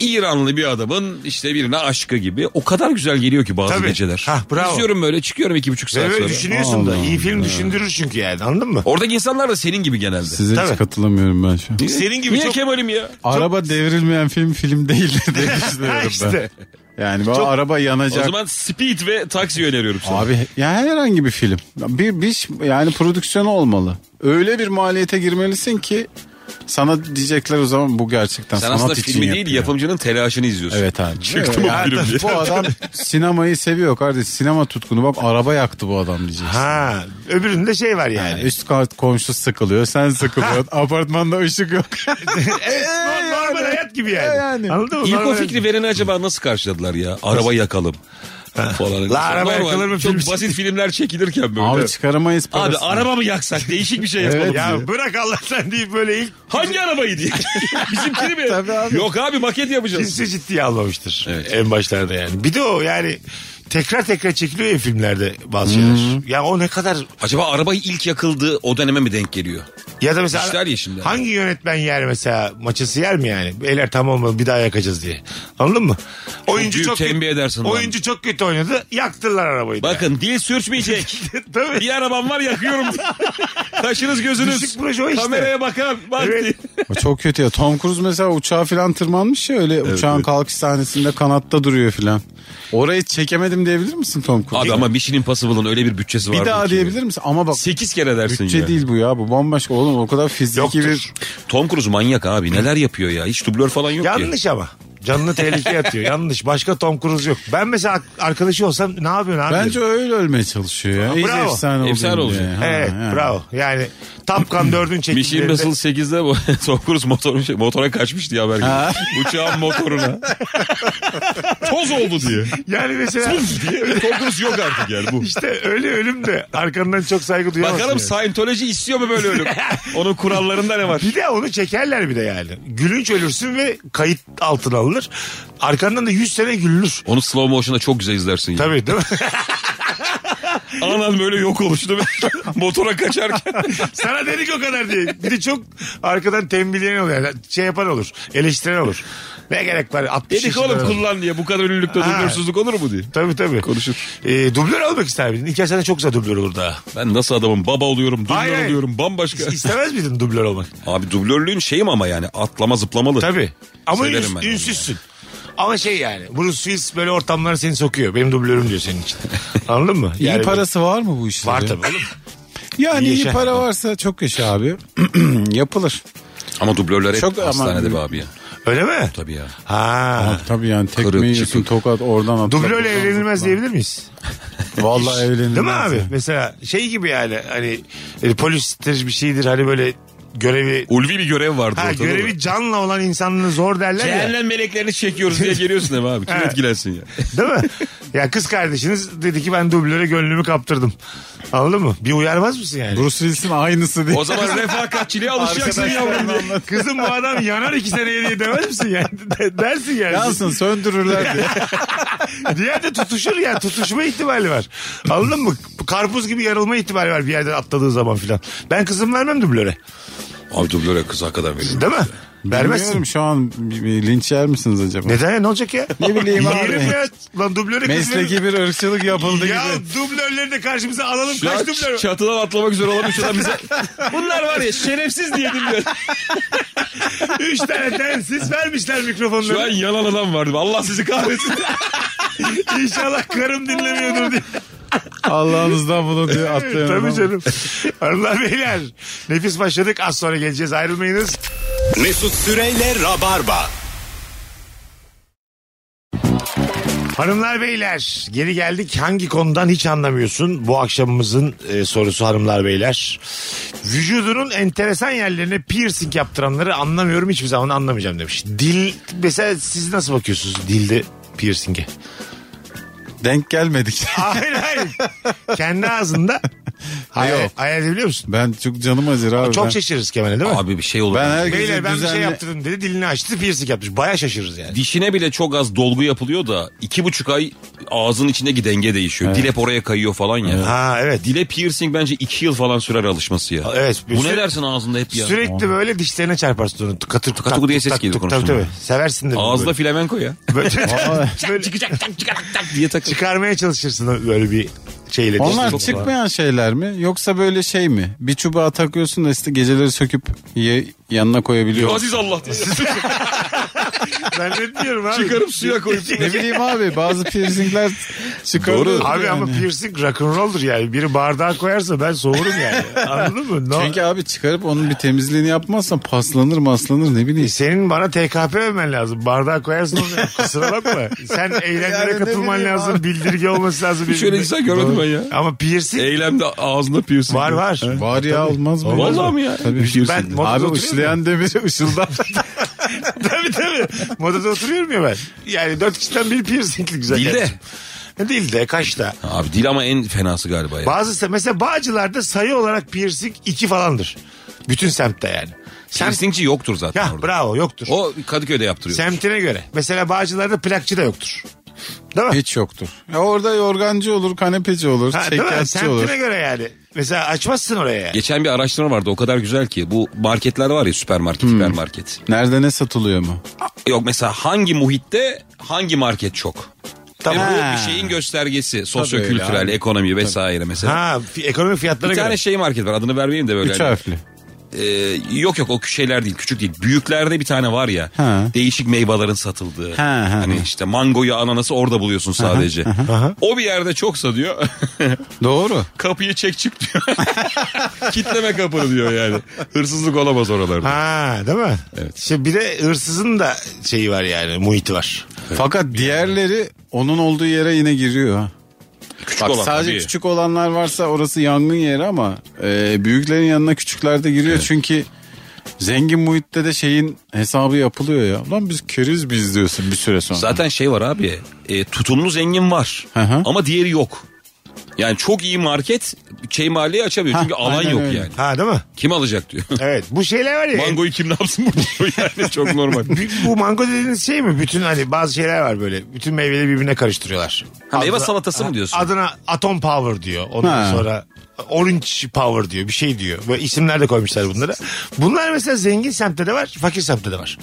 E: İranlı bir adamın işte birine aşkı gibi. O kadar güzel geliyor ki bazı
C: Tabii.
E: geceler.
C: Hah, bravo.
E: İzliyorum böyle çıkıyorum 2,5 saat
C: Evet
E: sonra.
C: düşünüyorsun da. iyi film düşündürür çünkü yani anladın mı?
E: Oradaki insanlar da senin gibi genelde.
D: Size
C: Tabii.
D: hiç katılamıyorum ben şu an.
C: Senin gibi
E: Niye
C: çok...
E: Kemal'im ya?
D: Araba devrilmeyen film film değil diye
C: Ha
D: düşünüyorum
C: işte.
D: ben. Yani bu araba yanacak.
E: O zaman Speed ve Taksi öneriyorum sana.
D: Abi ya herhangi bir film. Bir, bir yani prodüksiyonu olmalı. Öyle bir maliyete girmelisin ki sana diyecekler o zaman bu gerçekten
E: Sen
D: sanat
E: aslında
D: için
E: filmi değil
D: yapıyor.
E: yapımcının telaşını izliyorsun.
D: Evet abi.
E: Çıktı mı
D: Evet.
E: film diye.
D: Bu adam sinemayı seviyor kardeş. Sinema tutkunu bak araba yaktı bu adam diyeceksin.
C: Ha, öbüründe şey var
D: Yani
C: yani.
D: üst kat komşu sıkılıyor. Sen sıkılıyorsun. Apartmanda ışık yok.
C: Nor- normal hayat gibi yani.
D: E yani.
C: Anladın mı?
E: İlk
C: Normal
E: o
C: hayat.
E: fikri vereni acaba nasıl karşıladılar ya? Araba yakalım. falan.
C: La araba yakılır mı
E: Çok
C: film?
E: basit filmler çekilirken böyle.
D: Abi
E: Abi,
D: çıkaramayız parasını.
E: araba mı yaksak? Değişik bir şey yapalım.
D: Evet.
E: Ya,
C: Ya bırak Allah'tan deyip böyle ilk
E: Hangi arabayı diye. Bizimkini mi? Yok abi maket yapacağız.
C: kimse ciddiye almamıştır.
E: Evet.
C: En başlarda yani. Bir de o yani tekrar tekrar çekiliyor ya filmlerde bazı şeyler. Ya o ne kadar
E: Acaba arabayı ilk yakıldığı o döneme mi denk geliyor?
C: ya da mesela
E: İşler yeşiller.
C: hangi yönetmen yer mesela maçası yer mi yani? Beyler tamam mı bir daha yakacağız diye. Anladın mı? Oyuncu
E: büyük
C: çok kötü-
E: tembih edersin lan.
C: Oyuncu çok kötü oynadı. Yaktılar arabayı. da.
E: Bakın dil sürçmeyecek.
C: Tabii.
E: bir arabam var yakıyorum. Kaşınız gözünüz.
C: Düşük proje o işte.
E: Kameraya bakar. Bak
C: Evet.
E: diye.
D: O Çok kötü ya. Tom Cruise mesela uçağa falan tırmanmış ya öyle uçağın kalkış sahnesinde kanatta duruyor falan. Orayı çekemedim diyebilir misin Tom Cruise?
E: Abi ama Mission Impossible'ın öyle bir bütçesi var.
D: bir daha diyebilir misin? Ama bak
E: 8 kere dersin
D: bütçe
E: ya.
D: değil bu ya. Bu bambaşka oğlum o kadar fiziki
C: Yoktur.
D: bir
E: Tom Cruise manyak abi. Neler yapıyor ya? Hiç dublör falan yok ki.
C: Yanlış ama. Canını tehlikeye atıyor. Yanlış. Başka Tom Cruise yok. Ben mesela arkadaşı olsam ne yapıyorsun abi?
D: Bence öyle ölmeye çalışıyor ya. İyice
C: bravo.
D: efsane olayım
E: Efsane
D: diye.
E: olacak.
D: Ha,
C: Evet
D: ha.
C: bravo. Yani Top Gun 4'ün
E: Mission
C: çekimlerinde.
E: Impossible 8'de bu- Tom Cruise motor, şey, motora kaçmış diye haber geldi. Uçağın motoruna. Toz oldu diye.
C: Yani mesela
E: diye. Tom Cruise yok artık yani bu.
C: işte öyle ölüm de arkandan çok saygı duyamazsın.
E: Bakalım
C: yani.
E: Scientology istiyor mu böyle ölüm? Onun kurallarında ne var?
C: bir de onu çekerler bir de yani. Gülünç ölürsün ve kayıt altına alınır. Arkandan da 100 sene gülünür.
E: Onu slow motion'da çok güzel izlersin ya.
C: Tabii değil mi?
E: Anan böyle yok oluştu. Motora kaçarken.
C: Sana dedik o kadar diye. Bir de çok arkadan tembihleyen oluyor. Yani şey yapan olur. Eleştiren olur. Ne gerek var? 60
E: Dedik
C: yaşında
E: oğlum
C: adam.
E: kullan diye. Bu kadar ünlülükte
C: Ha.
E: duygursuzluk olur mu diye.
C: Tabii tabii.
E: Konuşur.
C: Ee, dublör olmak ister miydin? İlk yaşlarda çok güzel dublör olur daha.
E: Ben nasıl adamım? Baba oluyorum,
C: Hayır,
E: dublör
C: hayır.
E: oluyorum, bambaşka.
C: İstemez miydin dublör olmak?
E: Abi dublörlüğün şeyim ama yani atlama zıplamalı.
C: Tabii. Ama
E: Severim
C: üns-
E: ben yani.
C: ünsüzsün. Ama şey yani Bruce Willis böyle ortamlara seni sokuyor. Benim dublörüm diyor senin için. Anladın mı?
D: İyi
C: Yani
D: parası var mı bu işte?
C: böyle- Var tabii oğlum.
D: Yani
C: İyi
D: iyi
C: yaşa.
D: para varsa çok yaşa abi. Yapılır.
E: Ama dublörler hep
D: Çok aman-
E: hastanede be abi ya.
C: Öyle mi?
E: Tabii ya.
C: Ha.
D: Tabii yani tekme
E: Kırık,
D: yiyorsun
E: çıkık.
D: tokat oradan atla.
C: Dublörle
D: buradan
C: evlenilmez
D: zıpla.
C: diyebilir miyiz?
D: Vallahi evlenilmez.
C: Değil mi abi?
D: ya.
C: Mesela şey gibi yani hani e, polistir bir şeydir hani böyle görevi
E: Ulvi bir görev vardı
C: ha,
E: ortada.
C: görevi canla olan insanlığı zor derler ya.
E: Cehennem meleklerini çekiyoruz diye geliyorsun ama abi. Kim etkilensin ya?
C: Değil mi? Ya kız kardeşiniz dedi ki ben dublöre gönlümü kaptırdım. Anladın mı? Bir uyarmaz mısın yani?
D: Bruce Willis'in aynısı diye.
E: O zaman refakatçiliğe alışacaksın yavrum. diye.
C: Kızım bu adam yanar iki seneye diye demez misin yani? De- dersin yani.
D: Yansın söndürürler diye.
C: Diğer de tutuşur ya. Tutuşma ihtimali var. Anladın mı? Karpuz gibi yarılma ihtimali var bir yerden atladığı zaman filan. Ben kızım vermem dublöre.
E: Abi dublöre kız hakikaten veriyor.
C: Değil mi? Vermezsin.
D: Bilmiyorum şu an bir- bir linç yer misiniz acaba?
C: Neden ya? Ne olacak ya?
D: Ne bileyim abi.
C: Yerim ya. Lan dublöre kız
D: Mesleki bir ırkçılık yapıldı
C: verir. Ya
D: gibi.
C: dublörleri de karşımıza alalım.
E: Ya
C: Kaç dublör?
E: çatıdan atlamak üzere olan üç adam bize. Bunlar var ya şerefsiz diye dinliyor.
C: Üç tane telsiz vermişler
E: Şu an
C: mikrofonları.
E: yalan adam vardı. Allah sizi kahretsin.
C: İnşallah karım dinlemiyordur diye.
D: Allah'ınızdan bunu diye atlayalım.
C: Tabii canım. Hanımlar beyler. Nefis başladık. Az sonra geleceğiz. Ayrılmayınız.
B: Mesut Süreyle Rabarba.
C: Hanımlar beyler geri geldik hangi konudan hiç anlamıyorsun bu akşamımızın e, sorusu hanımlar beyler. Vücudunun enteresan yerlerine piercing yaptıranları anlamıyorum hiçbir zaman anlamayacağım demiş. Dil mesela siz nasıl bakıyorsunuz dilde piercinge?
D: Denk gelmedik.
C: hayır hayır kendi ağzında hayal,
D: Yok.
C: hayal edebiliyor musun?
D: ben çok canım acır abi.
C: Çok şey
D: ben,
C: şaşırırız Kemal'e değil mi?
E: Abi bir şey olur.
D: ben her
C: Beyler
D: gece
C: ben bir
D: düzenli...
C: şey yaptırdım dedi dilini açtı piercing yapmış baya şaşırırız yani.
E: Dişine bile çok az dolgu yapılıyor da iki buçuk ay ağzın içindeki denge değişiyor. Dil hep oraya kayıyor falan ya.
C: Ha evet.
E: Dile piercing bence iki yıl falan sürer alışması ya.
C: Evet.
E: Bu ne
C: Süre-
E: dersin ağzında hep ya.
C: Sürekli böyle dişlerine çarparsın onu. Katır tutak
E: tuku diye ses
C: tutak
E: gelir
C: tutak.
E: konuştum.
C: Tabii tabii. Seversin de.
E: Ağızda flamenko ya.
C: Böyle- böyle, böyle
E: diye takılıyor.
C: çıkarmaya çalışırsın böyle bir şeyle.
D: Onlar
C: Çok-
D: çıkmayan şeyler mi? Yoksa böyle şey mi? Bir çubuğa takıyorsun da işte geceleri söküp ye- yanına koyabiliyor.
E: Aziz Allah diye.
C: Zannetmiyorum abi.
E: Çıkarıp suya koyup.
D: ne bileyim abi bazı piercingler çıkarıyor.
E: Doğru.
C: Abi ama piercing rock'n'roll'dur yani. Biri bardağa koyarsa ben soğurum yani. Anladın mı? No.
D: Çünkü abi çıkarıp onun bir temizliğini yapmazsan paslanır maslanır ne bileyim.
C: Senin bana TKP vermen lazım. Bardağa koyarsın onu. Kusura bakma. Sen
D: Yani
C: eğlenmeye
D: ne
C: katılman
D: bileyim
C: lazım. Bildirge olması lazım.
E: Hiç öyle insan görmedim ben ya.
C: Ama piercing
E: Eylemde ağzında piercing.
C: var var.
D: Var ya olmaz mı?
E: Vallahi mi ya?
D: Tabii.
E: Piercing.
C: Ben modada
D: Abi
C: oturuyorum
D: ışılayan demir ışıldar.
C: tabii tabii. Modada oturuyorum ya ben. Yani dört kişiden biri piercingli güzel.
E: Dilde.
C: kardeşim. Dilde kaşta.
E: Abi dil ama en fenası galiba ya.
C: Bazı mesela Bağcılar'da sayı olarak piercing 2 falandır. Bütün semtte yani. Semt-
E: Piercingci yoktur zaten
C: Ya
E: orada.
C: bravo yoktur.
E: O Kadıköy'de yaptırıyor.
C: Semtine göre. Mesela Bağcılar'da plakçı da yoktur. Değil mi?
D: Hiç yoktur. Ya orada yorgancı olur, kanepeci olur,
C: Ha, değil mi?
D: çekyatçı
C: Semtine
D: olur.
C: göre yani. Mesela açmazsın oraya yani.
E: Geçen bir araştırma vardı o kadar güzel ki bu marketler var ya süpermarket
C: Hmm.
E: hipermarket.
D: Nerede ne satılıyor mu?
E: Yok mesela hangi muhitte hangi market çok.
C: Tamam.
E: Yani bu
D: Ha.
E: bir şeyin göstergesi
D: öyle
E: sosyokültürel
D: abi.
E: ekonomi vesaire mesela.
C: Ha fi- ekonomik fiyatlara
E: Bir
C: göre.
E: tane şey market var adını vermeyeyim de böyle.
D: Üç
E: hani,
D: harfli.
E: e, yok yok o şeyler değil küçük değil. Büyüklerde bir tane var ya
D: Ha.
E: değişik meyvelerin satıldığı.
D: Ha, ha,
E: hani
D: ha.
E: işte mangoyu ananası orada buluyorsun sadece. o bir yerde çoksa diyor
D: Doğru.
E: kapıyı çek çık diyor. Kitleme kapını diyor yani. Hırsızlık olamaz oralarda.
C: Ha değil mi?
E: Evet.
C: Şimdi bir de hırsızın da şeyi var yani muhiti var.
D: Fakat diğerleri onun olduğu yere yine giriyor. ha.
E: Küçük
D: Bak
E: olan
D: sadece
E: tabii.
D: küçük olanlar varsa orası yangın yeri ama e, büyüklerin yanına küçükler de giriyor. Çünkü zengin muhitte de şeyin hesabı yapılıyor ya. Lan biz keriz biz diyorsun bir süre sonra.
E: Zaten şey var abi e, tutumlu zengin var
D: Hı hı.
E: ama diğeri yok. Yani çok iyi market şey mahalleyi açamıyor
D: Hah,
E: çünkü alan
D: aynen
E: yok
D: öyle.
E: yani.
C: Ha değil mi?
E: Kim alacak diyor.
C: Evet bu şeyler var ya.
E: Mangoyu kim ne yapsın burada yani çok normal.
C: Bu- bu mango dediğiniz şey mi? Bütün hani bazı şeyler var böyle. Bütün meyveleri birbirine karıştırıyorlar.
E: Ha, meyve
C: Adına-
E: salatası mı diyorsun?
C: Adına Atom Power diyor. Ondan
D: Ha.
C: sonra Orange Power diyor. Bir şey diyor. Böyle isimler de koymuşlar bunlara. Bunlar mesela zengin semtte de var, fakir semtte de var.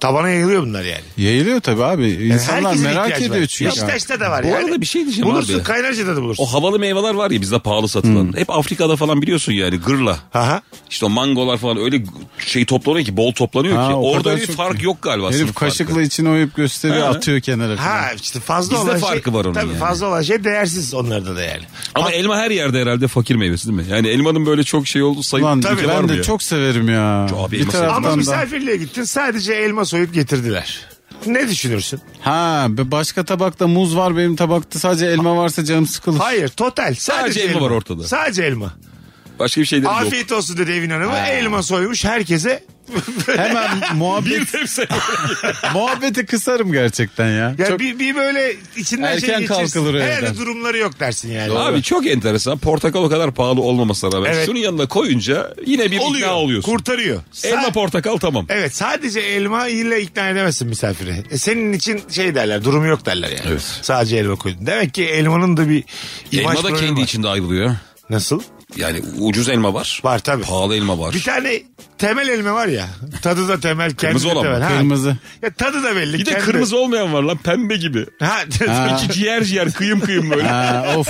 C: Tabana yayılıyor bunlar yani.
D: Yayılıyor tabii abi.
C: Yani
D: İnsanlar
C: E, herkesin
D: merak
C: ihtiyacı
D: ediyor
C: var.
D: çünkü.
C: Beşiktaş'ta da var
E: Bu
C: yani.
E: arada bir şey diyeceğim
C: Bulursun
E: abi.
C: Kaynarca'da da bulursun.
E: O havalı meyveler var ya bizde pahalı satılan.
D: Hmm.
E: Hep Afrika'da falan biliyorsun yani gırla.
C: Aha.
E: İşte o mangolar falan öyle şey toplanıyor ki bol toplanıyor
D: Ha,
E: ki.
D: o
E: Orada
D: kadar
E: öyle bir
D: çok-
E: fark yok galiba.
D: Herif
E: sınıf farkı.
D: kaşıkla içine oyup gösteriyor
E: Ha.
D: atıyor kenara. falan.
C: Ha işte fazla
E: Bizde
C: olan şey.
E: farkı var onun
C: Tabii
E: yani.
C: fazla olan şey değersiz onlarda da yani.
E: Ama elma her yerde herhalde fakir meyvesi değil mi? Yani elmanın böyle çok şey olduğu sayı
D: Ulan
E: ülke var
D: ben
E: mı
D: de
E: ya?
D: çok severim ya.
E: Çok abi,
D: bir
E: elması-
C: Ama
D: taraftan da.
C: misafirliğe gittin sadece elma soyup getirdiler. Ne düşünürsün?
D: Ha bir başka tabakta muz var benim tabakta sadece elma varsa canım sıkılır.
C: Hayır total. Sadece,
E: Sadece elma var ortada.
C: Sadece elma.
E: Başka bir şey de yok.
C: Afiyet olsun dedi evin hanımı. Elma soymuş herkese
D: Hemen muhabbet,
E: Hepsi-
D: muhabbeti kısarım gerçekten ya.
C: Ya
D: Çok
C: bir, bir böyle içinden
D: Erken
C: şey geçirsin.
D: kalkılır o
C: Herhalde
D: evden.
C: durumları yok dersin yani.
E: Abi çok enteresan. Portakal o kadar pahalı olmamasına rağmen.
C: Evet.
E: Şunun yanına koyunca yine bir
C: oluyor.
E: ikna oluyorsun.
C: Kurtarıyor.
E: Elma
C: Sa-
E: portakal tamam.
C: Evet sadece elma ile ikna edemezsin misafiri. E, senin için şey derler durumu yok derler yani.
E: Evet.
C: Sadece elma koydun. Demek ki elmanın da bir imaj
E: elma da
C: problemi
E: kendi
C: var.
E: içinde ayrılıyor.
C: Nasıl?
E: Yani ucuz elma var.
C: Var tabii.
E: Pahalı elma var.
C: Bir tane temel elma var ya. Tadı da temel. kendi
E: Kırmızı
C: de
E: olan mı?
C: temel. Ha.
D: Kırmızı.
C: Ya tadı da belli.
E: Bir de
C: kendi-
E: kırmızı olmayan var lan pembe gibi.
C: Ha,
E: İki ciğer ciğer kıyım kıyım böyle.
D: Ha, of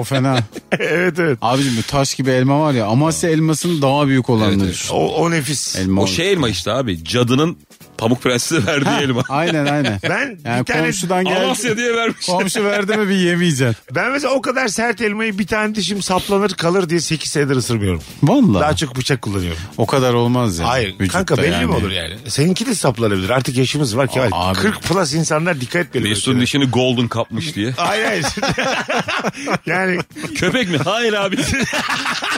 D: o fena.
C: evet evet.
D: Abicim bu taş gibi elma var ya Amasya elmasının daha büyük olanını
E: Evet,
D: düşün.
C: O, o nefis.
D: Elma
E: o
D: olur.
E: şey elma işte abi. Cadının pamuk prensesi verdiği elma.
D: Aynen aynen.
C: Ben
D: yani
C: bir tane-
D: komşudan gel.
E: Amasya diye vermiş.
D: Komşu verdi mi bir yemeyeceksin.
C: Ben mesela o kadar sert elmayı bir tane dişim saplanır kalır diye 8 senedir ısırmıyorum.
D: Vallahi
C: Daha çok bıçak kullanıyorum.
D: o kadar olmaz ya.
C: Hayır
D: Vücutta
C: kanka belli mi
D: yani.
C: olur yani? Seninki de saplanabilir. Artık yaşımız var ki.
D: Aa, abi.
C: 40 plus insanlar dikkat etmeli.
E: Mesut'un dişini golden kapmış diye.
C: Hayır hayır. yani
E: Köpek mi? Hayır abi.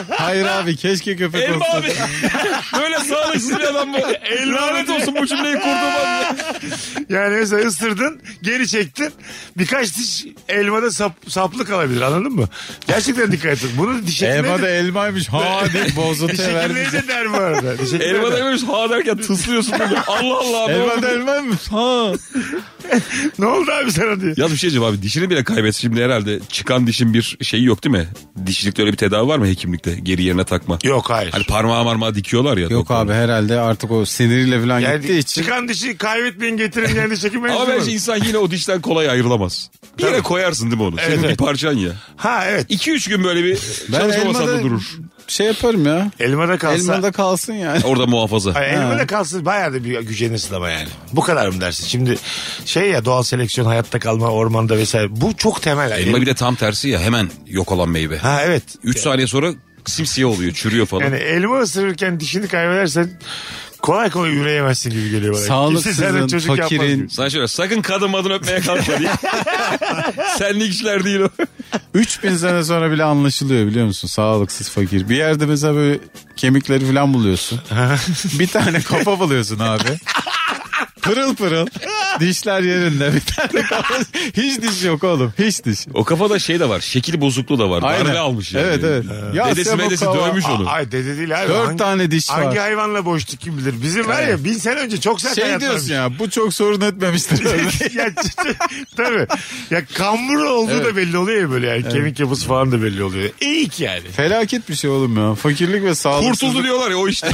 D: Hayır abi keşke köpek
E: Elma
D: olsa.
E: abi. Böyle sağlıksız bir adam böyle. Lanet olsun bu cümleyi kurduğum an.
C: yani mesela ısırdın geri çektin birkaç diş elmada sap, saplı kalabilir anladın mı? Gerçekten dikkat edin. Bunu diş hekimleri
D: Elma da
C: de-
D: elmaymış. Ha deyip
C: diş
D: bozuntuya
C: hekimleri
D: vermeyeceksin.
C: de der bu arada. Diş hekimleri
E: Elma
C: de-
E: demiş ha derken tıslıyorsun. Böyle. Allah Allah. Abi.
D: Elma da elmaymış. Ha.
C: Ne oldu abi sana diye.
E: Yaz bir şey diyeceğim abi dişini bile kaybetse şimdi herhalde çıkan dişin bir şeyi yok değil mi? Dişçilikte öyle bir tedavi var mı hekimlikte geri yerine takma?
C: Yok hayır.
E: Hani parmağa marmağa dikiyorlar ya.
D: Yok abi herhalde artık o siniriyle falan gittiği
C: yani
D: için.
C: çıkan dişi kaybetmeyin getirin yani çekin
E: Ama şey- bence insan yine o dişten kolay ayrılamaz. Bir yere koyarsın değil mi onu? Senin
C: Evet,
E: bir
C: evet.
E: parçan ya.
C: Ha evet.
E: 2-3 gün böyle bir
D: Ben
E: çalışma
D: elmada
E: masanda durur.
D: şey yaparım ya.
C: Elmada kalsa.
D: Elmada kalsın yani.
E: Orada muhafaza.
C: Ay, elmada kalsın bayağı da bir gücenirsin ama yani. Bu kadar mı dersin? Şimdi şey ya doğal seleksiyon hayatta kalma ormanda vesaire. Bu çok temel.
E: Elma bir de tam tersi ya hemen yok olan meyve.
C: Ha evet.
E: 3 saniye sonra simsiyah oluyor çürüyor falan.
C: Yani elma ısırırken dişini kaybedersen kolay kolay üreyemezsin gibi geliyor bana.
D: Sağlıksızın,
C: Kimse senden çocuk yapmaz
D: fakirin,
C: gibi.
E: Sana şöyle sakın kadın madın öpmeye kalkma diye. Senlik işler değil o.
D: 3000 sene sonra bile anlaşılıyor biliyor musun? Sağlıksız fakir. Bir yerde mesela böyle kemikleri falan buluyorsun. bir tane kafa buluyorsun abi. Pırıl pırıl. Dişler yerinde bir tane kafa. Hiç diş yok oğlum. Hiç diş.
E: O kafada şey de var. Şekil bozukluğu da var. Darbe almış yani.
D: Evet evet. Ya
E: Dedesi
D: sen bu
E: medesi
D: kava-
E: dövmüş onu.
C: Ay dede değil abi.
D: Dört
C: Hangi-
D: tane diş var.
C: Hangi hayvanla boğuştuk kim bilir. Bizim var ya bin sene önce çok sert
D: Şey
C: hayatlarmış.
D: diyorsun ya bu çok sorun etmemiştir.
C: ya, tabii. Ya kambur olduğu da belli oluyor ya böyle yani. Kemik yapısı falan da belli oluyor. İyi ki yani.
D: Felaket bir şey oğlum ya. Fakirlik ve sağlıksızlık.
E: Kurtuldu diyorlar ya o işte.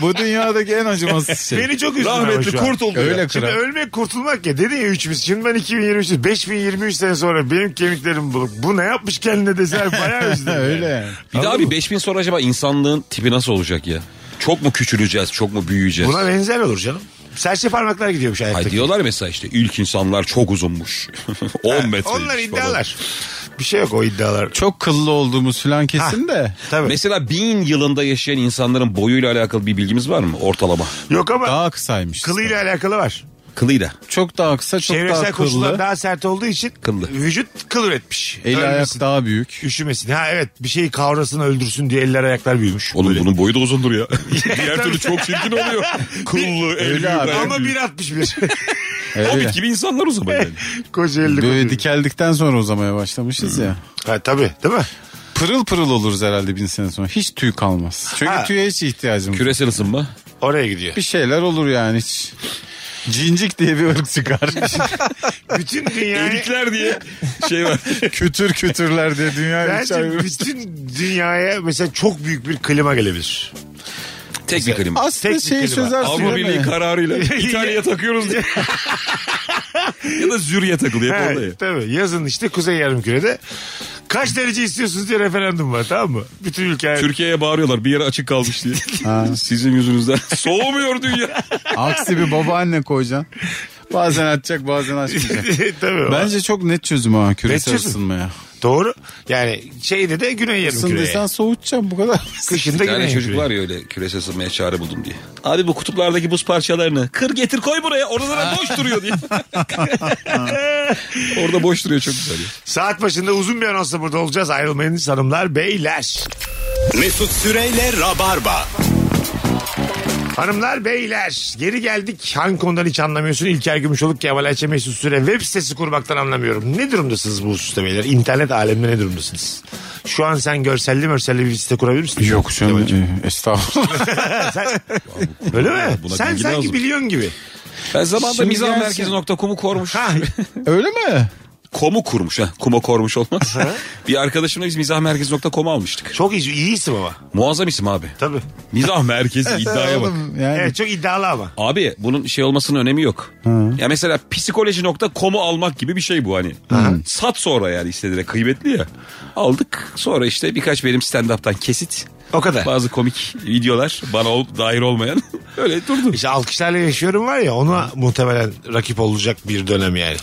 D: Bu dünyadaki en acımasız şey.
C: Beni çok üzdün ama
E: Rahmetli
C: şu an.
E: kurtuldu.
D: Öyle
E: ya.
D: kral.
C: Şimdi ölmek kurtulmak ya dedi ya 3000. Şimdi ben 2023 5023 sene sonra benim kemiklerim bulup bu ne yapmış kendine dese bayağı üzdüm. yani.
D: Öyle yani.
E: Bir daha bir 5000 sonra acaba insanlığın tipi nasıl olacak ya? Çok mu küçüleceğiz, çok mu büyüyeceğiz?
C: Buna benzer olur canım. Serçe parmaklar gidiyormuş
E: Hay
C: ayakta.
E: diyorlar mesela işte ilk insanlar çok uzunmuş. 10 metre.
C: Onlar iddialar. Bir şey yok o iddialar.
D: Çok kıllı olduğumuz falan kesin de.
C: Tabii.
E: Mesela bin yılında yaşayan insanların boyuyla alakalı bir bilgimiz var mı ortalama?
C: yok ama
D: Daha kısaymış.
C: kılıyla alakalı var.
E: Kılıyla.
D: Çok daha kısa çok daha
C: Çevresel koşullar
D: kıllı.
C: daha sert olduğu için
E: Kıllı.
C: vücut kıl üretmiş.
D: Eli
C: Ölmesin,
D: ayak daha büyük.
C: Üşümesin. Ha evet bir şeyi kavrasın öldürsün diye eller ayaklar büyümüş.
E: Oğlum bunun boyu da uzundur ya. Diğer türlü çok çirkin oluyor. Kıllı,
D: Öyle
E: evli,
D: abi.
C: Ama
E: ama bir
C: 1.61.
D: Öyle.
E: Hobbit gibi insanlar o zaman yani.
C: Koca elli
D: Böyle
C: koca.
D: dikeldikten sonra uzamaya başlamışız ya.
C: Ha tabii değil mi?
D: Pırıl pırıl oluruz herhalde bin sene sonra. Hiç tüy kalmaz. Çünkü
C: Ha.
D: tüye hiç ihtiyacımız yok.
E: Küresel ısınma.
C: Oraya gidiyor.
D: Bir şeyler olur yani hiç. Cincik diye bir ırk çıkar.
C: Bütün dünyayı
E: Erikler diye şey var.
D: Kütür kütürler diye dünya hiç
C: Bence
D: ayrılmaz.
C: bütün dünyaya mesela çok büyük bir klima gelebilir.
E: Tek bir klima.
D: Aslında şey
C: Tek bir
D: şeyi
C: kelime.
D: çözersin.
E: Avrupa
D: değil mi?
E: Birliği kararıyla İtalya'ya takıyoruz diye. ya da Zürih'e takılıyor. Hep orada ya.
C: Evet, tabii yazın işte Kuzey Yarımküre'de kaç derece istiyorsunuz diye referandum var tamam mı? Bütün ülke
E: Türkiye'ye bağırıyorlar bir yere açık kalmış diye. Sizin yüzünüzden. Soğumuyor dünya.
D: Aksi bir babaanne koyacaksın. Bazen açacak bazen açmayacak.
C: tabii. Ben...
D: Bence çok net çözüm ha küresel
C: Net çözüm.
D: ısınmaya.
C: Doğru. Yani şeyde de Güney
D: Isındıysan
C: Yarımküre'ye.
D: soğutacaksın bu kadar.
C: Kışında
E: Bir tane
C: Güney
E: çocuk
C: Yarımküre.
E: var ya öyle küresel ısınmaya çare buldum diye. Abi bu kutuplardaki buz parçalarını kır getir koy buraya. Oralara boş duruyor diye. Orada boş duruyor çok güzel. ya.
C: Saat başında uzun bir anonsla burada olacağız. Ayrılmayınız hanımlar beyler.
B: Mesut Süreyle Rabarba.
C: Hanımlar beyler geri geldik. Hangi konudan hiç anlamıyorsun? İlker Gümüşoluk Kemal Ayça Mesut Süre web sitesi kurmaktan anlamıyorum. Ne durumdasınız bu hususta beyler? İnternet aleminde ne durumdasınız? Şu an sen görselli mörselli bir site kurabilir misin?
D: Yok canım e, estağfurullah.
C: Sen- Öyle mi?
E: Buna
C: sen
E: bilgi
C: sanki
E: lazım.
C: biliyorsun gibi.
E: Ben zamanında
D: Şimdi
E: mizah
D: gelsin.
E: merkezi.com'u kormuş.
D: Öyle mi?
E: Komu kurmuş ha. Kuma kormuş olmaz. bir arkadaşımla biz mizah merkezi.com'u almıştık.
C: Çok iyi, iyi isim ama.
E: Muazzam isim abi.
C: Tabii.
E: Mizah merkezi iddiaya bak.
D: Oğlum, yani
C: Evet çok iddialı ama.
E: Abi bunun şey olmasının önemi yok. Ya mesela psikoloji.com'u almak gibi bir şey bu hani. Sat sonra yani istediğine kıymetli ya. Aldık sonra işte birkaç benim stand-up'tan kesit.
C: O kadar.
E: Bazı komik videolar bana ol, dair olmayan öyle durdu.
C: İşte alkışlarla yaşıyorum var ya ona muhtemelen rakip olacak bir dönem yani.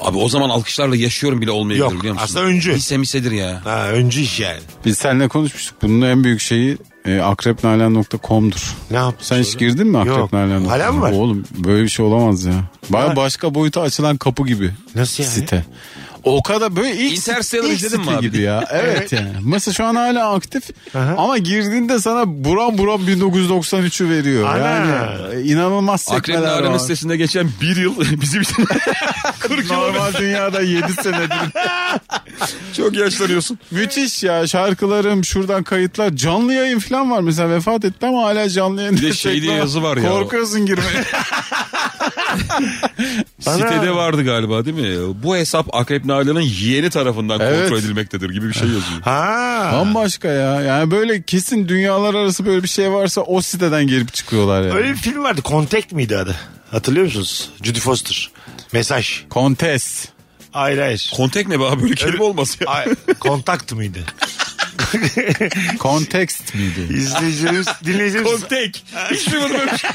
E: Abi o zaman alkışlarla yaşıyorum bile olmayabilir
C: Yok,
E: biliyor musun?
C: aslında öncü.
E: Hisse misedir ya.
C: Ha öncü iş yani.
D: biz seninle konuşmuştuk. Bunun en büyük şeyi e, akrepnalan.com'dur.
C: Ne yaptın?
D: Sen hiç
C: sonra?
D: girdin mi
C: Yok.
D: akrepnalan.com'a?
C: Hala mı var?
D: Oğlum böyle bir şey olamaz ya. Baya
C: Var.
D: başka boyuta açılan kapı gibi.
C: Nasıl yani?
D: Site. O kadar böyle ilk,
E: Interstellar
D: ilk
E: izledin mi
D: site
E: abi?
D: gibi ya. Evet yani. Mesela şu an hala aktif
C: Aha.
D: ama girdiğinde sana buram buram 1993'ü veriyor.
C: Ana.
D: Yani e, inanılmaz
E: Akrep
D: sekmeler
E: Nalan'ın
D: var.
E: sitesinde geçen bir yıl bizim için 40 yıl
D: Normal dünyada 7 senedir.
E: çok yaşlanıyorsun.
D: Müthiş ya şarkılarım şuradan kayıtlar canlı yayın falan var mesela vefat etti ama hala canlı yayın.
E: Bir de şey diye yazı var ya.
D: Korkuyorsun girmeye.
E: Sitede vardı galiba değil mi? Bu hesap Akrep Nalan'ın yeğeni tarafından
D: Evet.
E: kontrol edilmektedir gibi bir şey yazıyor.
C: Ha.
D: Bambaşka ya. Yani böyle kesin dünyalar arası böyle bir şey varsa o siteden girip çıkıyorlar yani.
C: Öyle bir film vardı. Contact miydi adı? Hatırlıyor musunuz? Judy Foster. Mesaj.
D: Kontes.
C: Hayır hayır.
E: Kontek ne be abi böyle kelime olmaz ya.
C: Ay, kontakt mıydı?
D: Kontekst miydi?
C: İzleyicilerimiz, dinleyicilerimiz.
E: Kontek. Hiç duymadım öyle bir şey.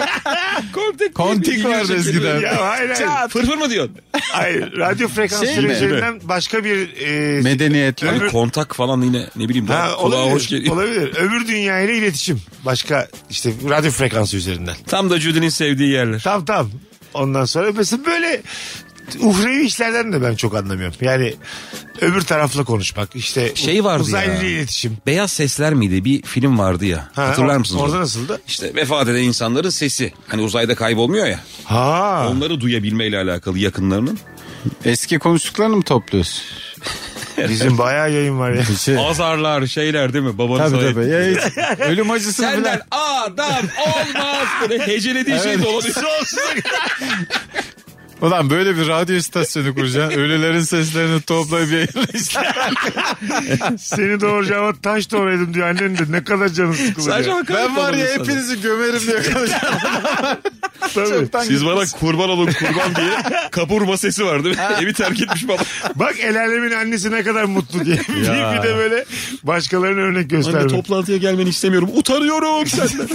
E: Kontek.
D: Kontik vardı eskiden.
C: ya hayır hayır.
E: Fırfır mı diyorsun?
C: hayır. Radyo frekansları
D: Şey mi?
C: üzerinden başka bir... E,
D: Medeniyetler.
E: Abi kontak falan yine ne bileyim daha
C: Ha,
E: kulağa
C: olabilir,
E: hoş geliyor.
C: olabilir. Öbür dünya ile iletişim. Başka işte radyo frekansı üzerinden.
E: Tam da Judy'nin sevdiği yerler.
C: Tam tam. Ondan sonra mesela böyle uhrevi işlerden de ben çok anlamıyorum. Yani öbür tarafla konuşmak işte
E: Şey vardı
C: uzaylı
E: ya.
C: ile iletişim.
E: Beyaz Sesler miydi? Bir film vardı ya.
C: Ha,
E: Hatırlar
C: or-
E: mısınız?
C: Orada
E: onu?
C: nasıldı?
E: İşte vefat eden insanların sesi. Hani uzayda kaybolmuyor ya.
C: Ha.
E: Onları duyabilmeyle alakalı yakınlarının.
D: Eski konuştuklarını mı topluyorsun?
C: Bizim bayağı yayın var ya.
D: Bir Şey.
E: Azarlar şeyler değil mi? Babanın
D: Tabii
E: sayı-
D: tabii. Ya hiç ölüm acısı
E: Senden
D: falan.
E: adam olmaz. Böyle hecelediği şey dolanıyor.
D: Ulan böyle bir radyo istasyonu kuracaksın. Ölülerin seslerini toplayıp yayınlayacaksın.
C: Seni doğuracağıma taş doğraydım diyor annen de ne kadar canı sıkılıyor.
E: Sadece
C: diyor.
E: hakaret
D: Ben var ya
E: olmuyor sana.
D: hepinizi gömerim diye konuşuyorum.
C: Tabii.
D: Çoktan
E: Siz bana kurban olun kurban diye kapurma sesi var değil mi? Evi terk etmiş baba.
C: Bak el alemin annesi ne kadar mutlu diye. bir, bir de böyle başkalarına örnek göstermek.
E: toplantıya gelmeni istemiyorum. Utanıyorum senden.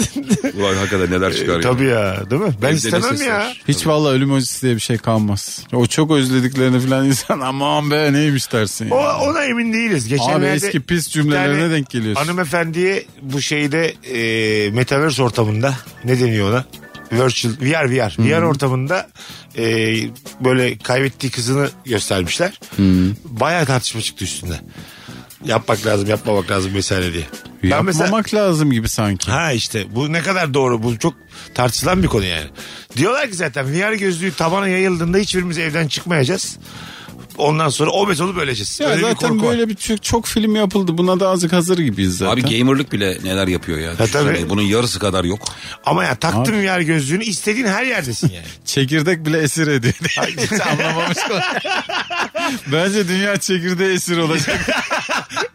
E: Ulan hakikaten neler çıkar ya.
C: Tabii ya değil mi? Ben
E: Evde ne
C: istemem
E: ses
C: ya.
E: var?
D: Hiç vallahi ölüm acısı diye bir şey kalmaz. O çok özlediklerini falan insan aman be neymiş dersin. ya.
C: O, ona emin değiliz.
D: Abi
C: Geçenlerde
D: eski pis
C: bir
D: cümlelerine
C: tane
D: denk geliyorsun.
C: Hanımefendiye bu şeyde e, Metaverse ortamında ne deniyor ona? Virtual, VR, VR. VR ortamında e, böyle kaybettiği kızını göstermişler. Bayağı tartışma çıktı üstünde. Yapmak lazım, yapmamak lazım vesaire diye. Ben
D: Yapmamak
C: mesela
D: lazım gibi sanki.
C: Ha işte bu ne kadar doğru bu çok tartışılan bir konu yani. Diyorlar ki zaten VR gözlüğü tabana yayıldığında hiçbirimiz evden çıkmayacağız. Ondan sonra obez olup öleceğiz.
D: Ya
C: Öyle bir
D: zaten
C: korku var.
D: böyle bir çok, çok film yapıldı. Buna da azıcık hazır gibiyiz zaten.
E: Abi gamerlık bile neler yapıyor ya. Düşünsene,
C: tabii.
E: Bunun yarısı kadar yok.
C: Ama ya taktım VR gözlüğünü istediğin her yerdesin yani.
D: Çekirdek bile esir ediyor. Hiç anlamamış konu. Bence dünya çekirdeği esir olacak.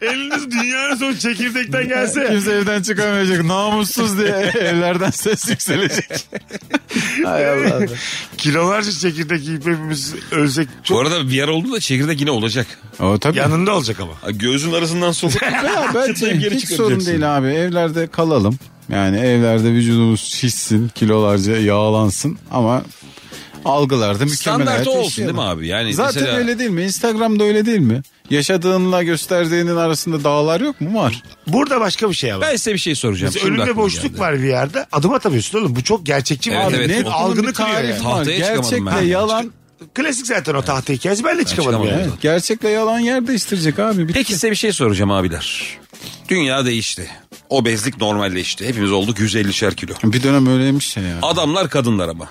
C: Eliniz dünyanın son çekirdekten gelse.
D: Kimse evden çıkamayacak. Namussuz diye evlerden ses yükselecek. Hay Allah.
C: Kilolarca çekirdek yiyip hepimiz ölsek
E: Bu
C: çok
E: arada bir yer oldu da çekirdek yine olacak.
D: O tabii.
C: yanında olacak ama.
E: Ha, Göğsün arasından sokup
D: Ya bence
E: Çıtlayıp geri
D: hiç
E: çıkaracaksın.
D: sorun değil abi. Evlerde kalalım. Yani evlerde vücudumuz şişsin, kilolarca yağlansın ama algılarda mükemmel hayat
E: standart o olsun değil
D: yaşayalım.
E: mi abi? Yani
D: Zaten
E: mesela
D: öyle değil mi? Instagram'da öyle değil mi? Yaşadığınla gösterdiğinin arasında dağlar yok mu? Var.
C: Burada başka bir şey ama.
E: ben size bir şey soracağım.
C: Mesela
E: Şimdi
C: önünde
E: aklıma
C: boşluk
E: geldi.
C: var VR'da. Adım atamıyorsun oğlum. Bu çok gerçekçi bir
E: Evet,
C: abi.
E: evet.
D: Net
E: o-
D: bunun
C: algını
D: bir
C: kırıyor
D: tarifi
C: yani.
D: var.
E: Tahtaya çıkamadım
D: Gerçekle
E: ben.
D: yalan
C: Klasik zaten o tahta hikayesi. Ben de çıkamadım,
E: çıkamadım.
C: yani.
D: Evet, gerçekle yalan yer değiştirecek abi. Bitti.
E: Peki size bir şey soracağım abiler. Dünya değişti. Obezlik normalleşti. Hepimiz olduk 150'şer kilo.
D: Bir dönem öyleymiş ya. ya.
E: Adamlar kadınlar ama.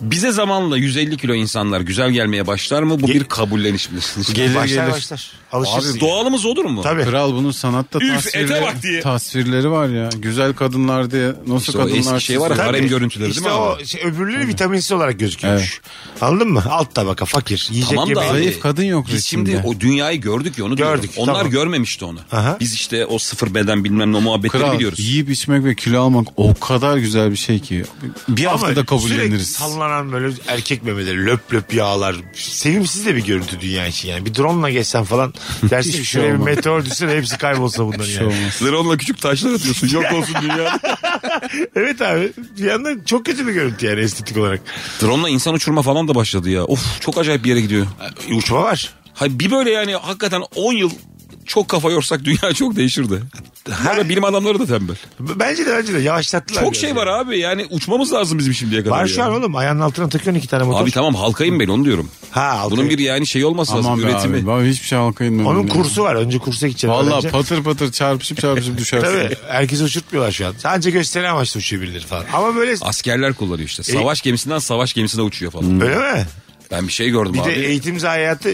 E: Bize zamanla 150 kilo insanlar güzel gelmeye başlar mı? Bu bir kabulleniş meselesi.
D: Gelir
C: Başlar
D: gelir.
C: başlar. Alışırsın.
E: Abi doğalımız olur mu?
C: Tabii.
D: Kral bunun sanatta
E: Üf, ete
D: tasvirleri,
E: bak diye.
D: tasvirleri var ya. Güzel kadınlar diye. Nasıl
E: İşte o
D: kadınlar
E: eski şey var ya,
D: çiziyor?
E: harem
C: Tabii.
E: görüntüleri değil
C: işte
E: mi
C: o
E: abi?
C: şey, öbürleri vitaminsiz olarak gözüküyormuş. Anladın mı? Alt tabaka fakir. Yiyecek
E: Tamam da hani
C: yemeği.
E: abi,
D: Zayıf kadın yok
E: Biz
D: resimde.
E: şimdi o dünyayı gördük ya onu
C: Gördük,
E: gördük. Onlar
C: tamam.
E: görmemişti onu.
C: Aha.
E: Biz işte o sıfır beden bilmem ne muhabbetleri
D: Kral
E: biliyoruz.
D: yiyip içmek ve kilo almak o kadar güzel bir şey ki. Bir
C: Ama
D: haftada
C: Sürekli
D: kabulleniriz.
C: sallanan böyle erkek memeleri löp löp yağlar. Sevimsiz de bir görüntü dünya için yani. Bir drone ile geçsen falan dersin
D: Hiçbir
C: ki
D: şey
C: şuraya bir
D: olmaz.
C: meteor düşsün hepsi kaybolsa bundan
D: Bir şey
C: yani.
D: olmaz.
E: Zeronla küçük taşlar atıyorsun yok olsun dünya.
C: Evet abi bir yandan çok kötü bir görüntü yani estetik olarak.
E: Drone'la insan uçurma falan da başladı ya. Of çok acayip bir yere gidiyor.
C: Uçma var.
E: Hayır bir böyle yani hakikaten 10 yıl çok kafa yorsak dünya çok değişirdi. Burada bilim adamları da tembel.
C: B- Bence de bence de yavaşlattılar.
E: Çok
C: biraz
E: şey
C: yani.
E: var abi yani uçmamız lazım bizim şimdiye kadar.
C: Var
E: ya.
C: şu an oğlum ayağının altına takıyorsun iki tane motor.
E: Abi tamam halkayım ben onu diyorum.
C: Ha, halkayım.
E: Bunun bir yani şey olması
D: Aman
E: lazım
D: be
E: üretimi.
D: abi. Ben hiçbir şey halka inmedim.
C: Onun
D: ya.
C: kursu var. Önce kursa gideceksin.
D: Valla
C: öğreneceksin.
D: patır patır çarpışıp çarpışıp düşersin.
C: Tabii herkes uçurtmuyorlar şu an. Sadece gösteri amaçlı uçuyor birileri falan. Ama böyle
E: Askerler kullanıyor işte.
D: E-
E: Savaş gemisinden savaş gemisine uçuyor falan.
C: öyle mi?
E: Ben bir şey gördüm
C: Bir
E: abi.
C: de eğitim zayiatı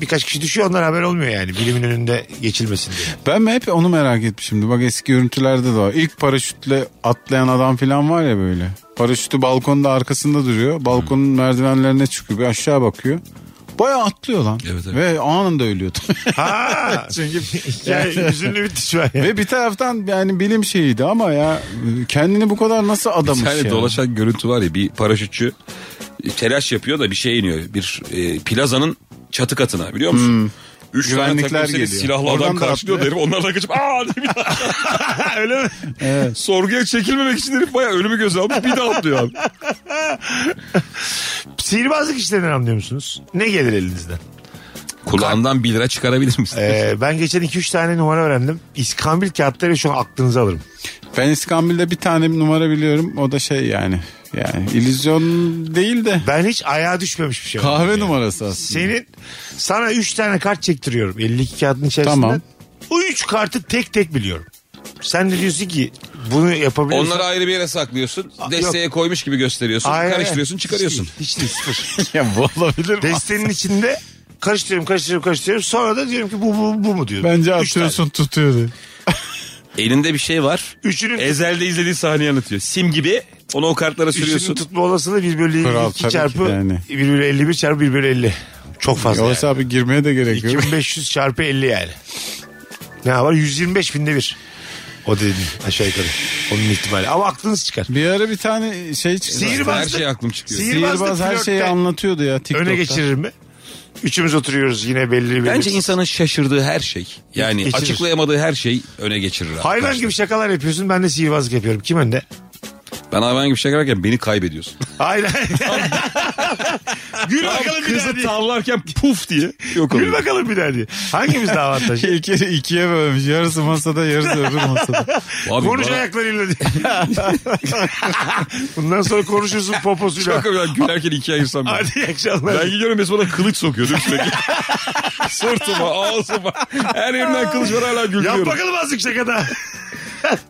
C: birkaç kişi düşüyor ondan haber olmuyor yani. Bilimin önünde geçilmesin diye.
D: Ben mi hep onu merak etmişimdi. Bak eski görüntülerde de var. İlk paraşütle atlayan adam falan var ya böyle. Paraşütü balkonda arkasında duruyor. Balkonun merdivenlerine çıkıyor. Bir aşağı bakıyor. Baya atlıyor lan.
E: Evet, evet.
D: Ve anında ölüyordu.
C: Ha! Çünkü yani üzünlü bitti şu an. ya.
D: Ve bir taraftan yani bilim şeyiydi ama ya kendini bu kadar nasıl
E: Bir
D: adamış
E: tane
D: ya.
E: dolaşan görüntü var ya bir paraşütçü telaş yapıyor da bir şey iniyor. Bir e, plazanın çatı katına biliyor musun? Üç
D: Hmm. Güvenlikler
E: tane takım seni
D: geliyor.
E: silahlı
D: Oradan
E: adam
D: da
E: karşılıyor da herif onlardan kaçıp aa diye bir daha- Öyle mi? Sorguya çekilmemek için herif bayağı ölümü göze almış bir daha atlıyor abi.
C: Sihirbazlık işlerinden anlıyor musunuz? Ne gelir elinizden?
E: Kulağından bir lira çıkarabilir misin?
C: Ee, ben geçen 2-3 tane numara öğrendim. İskambil kağıtları şu an aklınıza alırım.
D: Ben İskambil'de bir tane numara biliyorum. O da şey yani. Yani illüzyon değil de
C: Ben hiç ayağa düşmemiş bir şey.
D: kahve
C: olmadım yani.
D: numarası aslında.
C: Senin sana 3 tane kart çektiriyorum. 52 kağıdın içerisinde.
D: Tamam.
C: O 3 kartı tek tek biliyorum. Sen de diyorsun ki bunu yapabiliyorsun.
E: Onları ayrı bir yere saklıyorsun.
C: Aa,
E: Desteğe koymuş gibi gösteriyorsun.
C: Aynen.
E: Karıştırıyorsun çıkarıyorsun.
C: Hiç değil sıfır.
D: Ya bu olabilir mi?
C: Destenin içinde karıştırıyorum karıştırıyorum karıştırıyorum. Sonra da diyorum ki bu bu, bu mu diyorum.
D: Bence
C: Üç tane.
D: atıyorsun tutuyordu.
E: Elinde bir şey var.
C: Üçünün,
E: Ezel'de izlediği sahneyi anlatıyor. Sim gibi onu o kartlara
C: üçünün
E: sürüyorsun.
C: tutma olasılığı 1 bölü
D: Kral,
C: 2
D: tabii ki
C: çarpı
D: yani.
C: 1 bölü 51 çarpı 1 bölü 50. Çok fazla
D: O
C: yani.
D: hesabı girmeye de gerek yok.
C: 2500 çarpı 50 yani. Ne var? 125 binde bir. O dedin aşağı yukarı. Onun ihtimali. Ama aklınız çıkar.
D: Bir ara bir tane şey çıktı.
C: Sihirbaz-
E: Her şey aklım çıkıyor.
C: Sihir-
D: Sihirbaz her
C: flörtte
D: şeyi anlatıyordu ya TikTok'ta.
C: Öne geçirir mi? Üçümüz oturuyoruz yine belli bir.
E: Bence insanın şaşırdığı her şey yani
C: Geçirir.
E: açıklayamadığı her şey öne geçirir. abi.
C: Hayvan gibi şakalar yapıyorsun ben de sihirbazlık yapıyorum. Kim önde?
E: Ben hayvan gibi şaka yaparken beni kaybediyorsun.
C: Aynen. Gül bakalım bir daha
E: Kızı
C: diye.
E: tavlarken puf diye yok
C: Gül
E: oluyor.
C: bakalım bir daha diye. Hangimiz daha
E: Şey
C: avantajlı?
D: İki, ikiye bölmüş. Yarısı masada yarısı öbür masada.
E: Abi
C: Konuş
E: bana-
C: ayaklarıyla diye. Bundan sonra konuşursun poposuyla.
E: Çok öyle gülerken ikiye ayırsam ben.
C: Hadi iyi akşamlar.
E: Ben gidiyorum mesela bana kılıç sokuyor değil mi sürekli? Sırtıma, ağzıma. Her yerimden kılıç var hala
C: Yap
E: gülüyorum.
C: bakalım azıcık şaka daha.